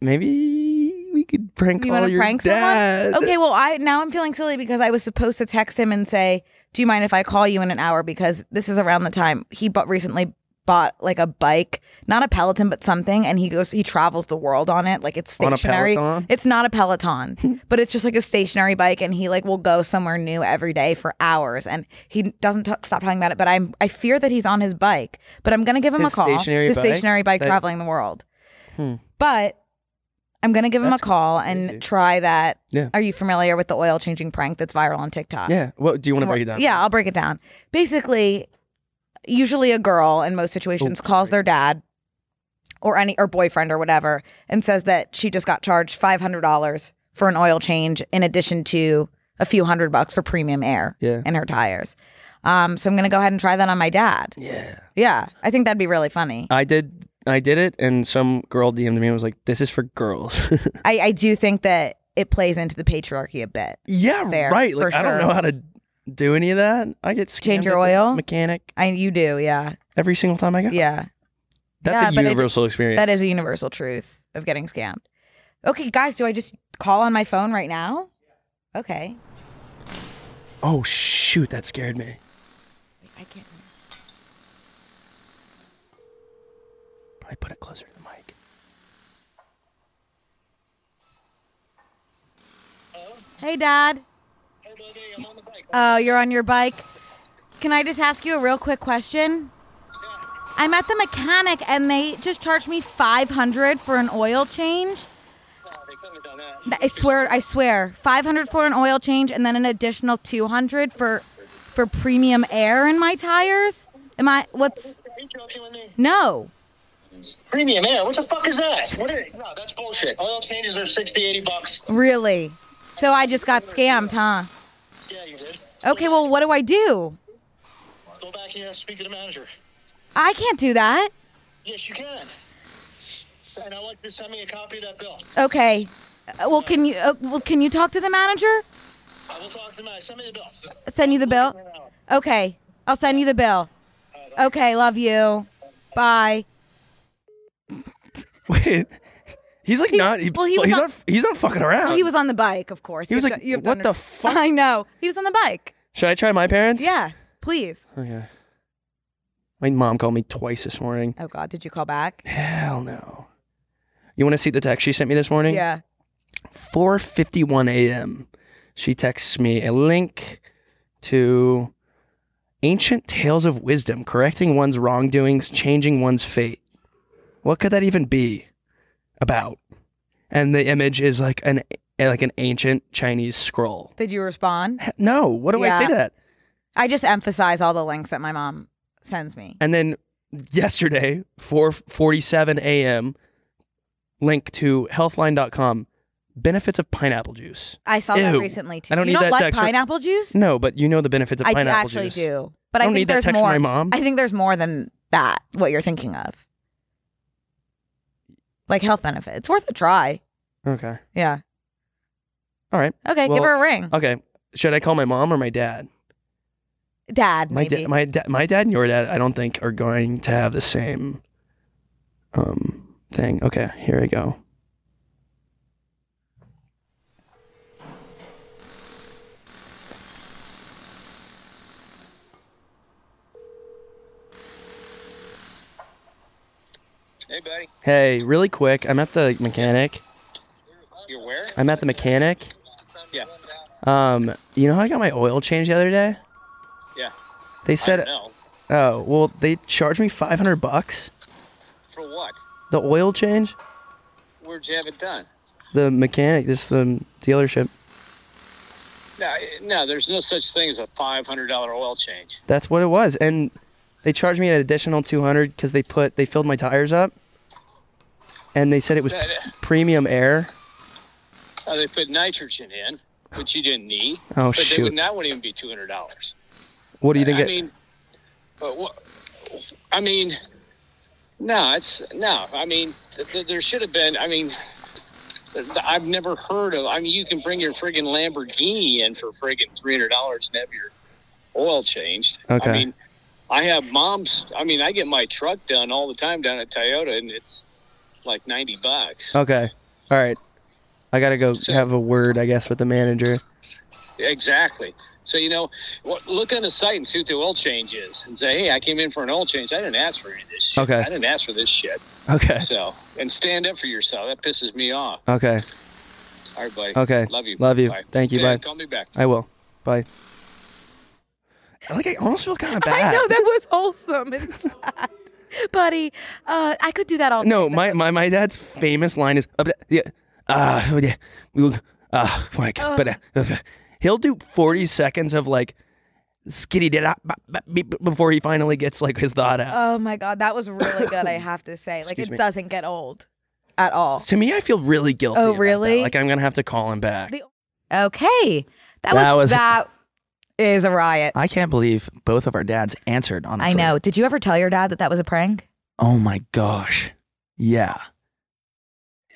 maybe we could prank
You
call
wanna
your
prank someone?
dad.
Okay, well I now I'm feeling silly because I was supposed to text him and say, "Do you mind if I call you in an hour?" Because this is around the time he bought recently bought like a bike, not a Peloton, but something, and he goes he travels the world on it. Like it's
On a
stationary.
Peloton?
It's not a Peloton, but it's just like a stationary bike, and he like will go somewhere new every day for hours, and he doesn't t- stop talking about it. But I'm I fear that he's on his bike, but I'm gonna give him
His
a call.
stationary
His
bike?
stationary bike
That- Hmm.
traveling the world, but. I'm gonna give him
That's
a call
crazy.
and try that.
Yeah.
Are you familiar with the oil changing prank that's viral on TikTok?
Yeah. Well, do you want to break it down?
Yeah, I'll break it down. Basically, usually a girl in most situations calls their dad or any or boyfriend or whatever and says that she just got charged five hundred dollars for an oil change in addition to a few hundred bucks for premium air
Yeah.
in her tires. Um, so I'm gonna go ahead and try that on my dad.
Yeah.
Yeah, I think that'd be really funny.
I did. I did it, and some girl DM'd me and was like, "This is for girls."
I, I do think that it plays into the patriarchy a bit.
yeah,
There,
right.
for
Like I don't
sure.
know how to do any of that. I get scammed
Change your
at the
oil?
mechanic
I you do, yeah,
every single time I go.
yeah.
That's
Yeah,
a
but it-
universal experience.
That is a universal truth of getting scammed. Okay, guys, do I just call on my phone right now? Okay.
Oh shoot, that scared me.
I can't.
Probably put it closer to the mic.
Hey, Dad. Oh, you're on your bike. Can I just ask you a real quick question? I'm at the mechanic and they just charged me 500 for an oil change. I swear, I swear, 500 for an oil change and then an additional 200 for for premium air in my tires. Am I what's
Are you joking with me?
No.
Premium air? What the fuck is that? What is, no, that's bullshit. Oil changes are 60, 80 bucks.
Really? So I just got scammed, huh?
Yeah, you did.
Okay, well, what do I do?
Go back and speak to the manager.
I can't do that.
Yes, you can. And I'd like you to send me a copy of that bill.
Okay. Uh, Well, can you uh, well can you talk to the manager?
I will talk to the manager. Send me the bill.
Send you the bill. Okay. I'll send you the bill. Okay, love you. Bye.
Wait, he's like not. He,
well, he was
he's
on-
not. He's not fucking around.
Well, Oh, he was on the bike, of course.
He
You
was
have
like,
to- you have to
"What
under-
the fuck?"
I know. He was on the bike.
Should I try my parents?
Yeah. Please.
Okay. My mom called me twice this morning.
Oh God, did you call back?
Hell no. You want to see the text she sent me this morning?
Yeah.
4:51 a.m. She texts me a link to ancient tales of wisdom, correcting one's wrongdoings, changing one's fate. What could that even be about? And the image is like an like an ancient Chinese scroll.
Did you respond?
No, what do I say
Yeah.
to that?
I just emphasize all the links that my mom sends me.
And then yesterday, 4:47 a.m. link to healthline.com benefits of pineapple juice.
I saw that
Ew.
recently too.
I don't
you
need
don't
that
like
text for-
pineapple juice?
No, but you know the benefits of
I do
pineapple
actually
juice.
do. But I,
I don't
think
need that
there's
text from
more.
my mom.
I think there's more than that, what you're thinking of. Like health benefit. It's worth a try.
Okay.
Yeah.
All right.
Okay, give
Well, uh,
her a ring.
Okay. Should I call my mom or my dad?
dad,
My
maybe.
dad, my dad, my dad, and your dad. I don't think are going to have the same, um, thing. Okay. Here we go.
Hey, buddy.
Hey, really quick. I'm at the mechanic.
You're where?
I'm at the mechanic.
Yeah.
Um, you know how I got my oil changed the other day?
Yeah.
They
I
said,
don't know.
oh, well, they charged me 500 bucks.
For what?
The oil change.
Where'd you have it done?
The mechanic. This is the dealership.
No, I- no, there's no such thing as a $500 oil change.
That's what it was, and they charged me an additional two hundred because they put they filled my tires up, and they said it was
Yeah, yeah.
premium air.
Uh, they put nitrogen in, which you didn't need.
Oh,
but They
shoot.
would, that wouldn't even be $200.
What do you think?
I
it-
mean, but what, I mean, no, it's no. I mean, th- th- there should have been. I mean, th- th- I've never heard of. I mean, you can bring your friggin' Lamborghini in for friggin' three hundred dollars and have your oil changed.
Okay.
I mean, I have mom's. I mean, I get my truck done all the time down at Toyota, and it's like ninety bucks.
okay, all right. I gotta go
So-
have a word, I guess, with the manager.
Exactly. So you know, wh- look on the site and see what the oil change is, and say, "Hey, I came in for an oil change. I didn't ask for any of this. Shit.
Okay.
I didn't ask for this shit."
Okay,
So, and stand up for yourself. That pisses me off.
okay,
All right, buddy.
Okay.
Love you.
Love you. Thank you.
Dan,
Bye.
Call me back.
I will. Bye. Like I almost feel kind of bad.
I know that was wholesome and sad. Buddy, uh, I could do that all
No,
day,
my, my, my dad's famous line is uh, yeah, uh, oh, yeah, we will- uh, oh my god, but uh, uh, he'll do forty seconds of like skitty did before he finally gets like his thought out.
Oh my god, that was really good. I have to say, like
Excuse
it
me.
doesn't get old at all.
to me, I feel really guilty.
Oh,
about that.
really?
Like I'm gonna have to call him back.
The- Okay, that,
That
was,
was-
that is a riot.
I can't believe both of our dads answered. Honestly,
I know. Did you ever tell your dad that that was a prank?
Oh my gosh, yeah.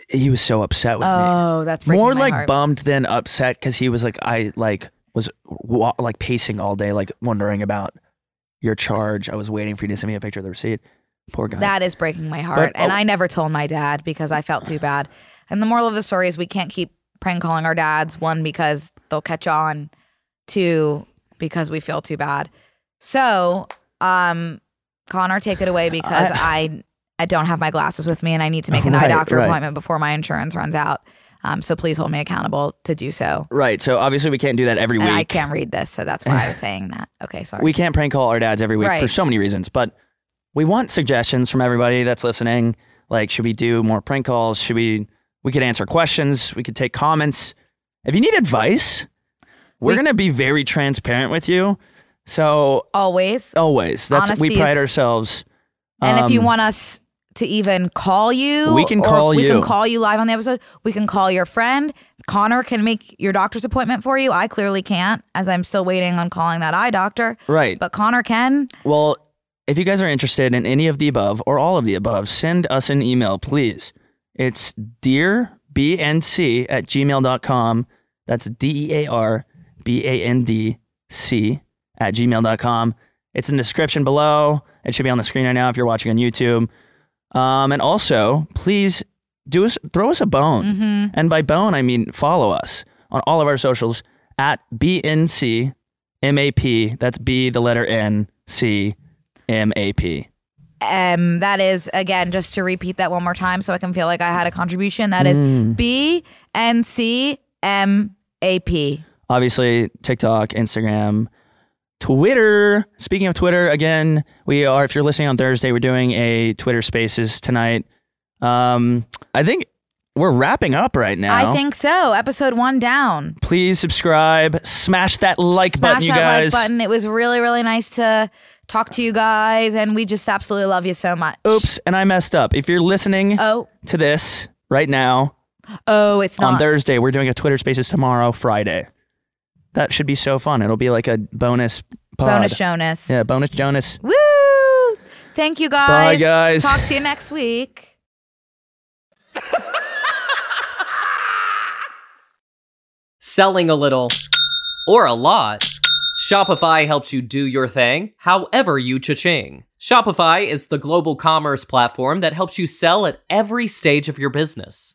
He was so upset with me.
Oh, that's breaking
more
my
like
heart.
bummed than upset because he was like i like was wa- like pacing all day like wondering about your charge i was waiting for you to send me a picture of the receipt poor guy
That is breaking my heart. and
oh.
I never told my dad because I felt too bad. And the moral of the story is we can't keep prank calling our dads, one, because they'll catch on, two, because we feel too bad. So, um, Connor, take it away because I, I, don't have my glasses with me and I need to make an eye
Right,
doctor
right.
appointment before my insurance runs out. Um, so please hold me accountable to do so.
right so obviously we can't do that every
And
week
I can't read this, so that's why I was saying that. Okay, sorry.
we can't prank call our dads every week for
Right.
so many reasons but we want suggestions from everybody that's listening like should we do more prank calls should we we could answer questions we could take comments if you need advice we're
We-
gonna be very transparent with you so
Always.
always that's
Honesty
we pride
is-
ourselves
And if you
um,
want us to even call you.
We can
or
call
We
you.
can call you live on the episode. We can call your friend. Connor can make your doctor's appointment for you. I clearly can't, as I'm still waiting on calling that eye doctor.
Right.
But Connor can.
Well, if you guys are interested in any of the above or all of the above, send us an email, please. It's dearbnc at gmail.com. That's D E A R B A N D C at gmail.com. It's in the description below. It should be on the screen right now if you're watching on YouTube. Um, and also, please do us throw us a bone. And by bone, I mean follow us on all of our socials at BNC MAP. That's B, the letter N, C, M A P.
Um, that is again just to repeat that one more time, so I can feel like I had a contribution. That is
Mm.
B N C M A P.
Obviously, TikTok, Instagram, Twitter. Speaking of Twitter, again, we are, if you're listening on Thursday, we're doing a Twitter spaces tonight. Um, I think we're wrapping up right now.
I think so. Episode one down.
Please subscribe, smash that like
Smash
button, you
that
guys.
like button. It was really really nice to talk to you guys, and we just absolutely love you so much.
Oops, and I messed up. If you're listening
Oh
to this right now
oh, it's
on
not.
Thursday, we're doing a Twitter Spaces tomorrow, Friday. That should be so fun. It'll be like a bonus pod.
Bonus Jonas.
Yeah, bonus Jonas.
Woo! Thank you guys.
Bye, guys.
Talk to you next week.
selling a little or a lot. Shopify helps you do your thing, however you cha-ching. Shopify is the global commerce platform that helps you sell at every stage of your business.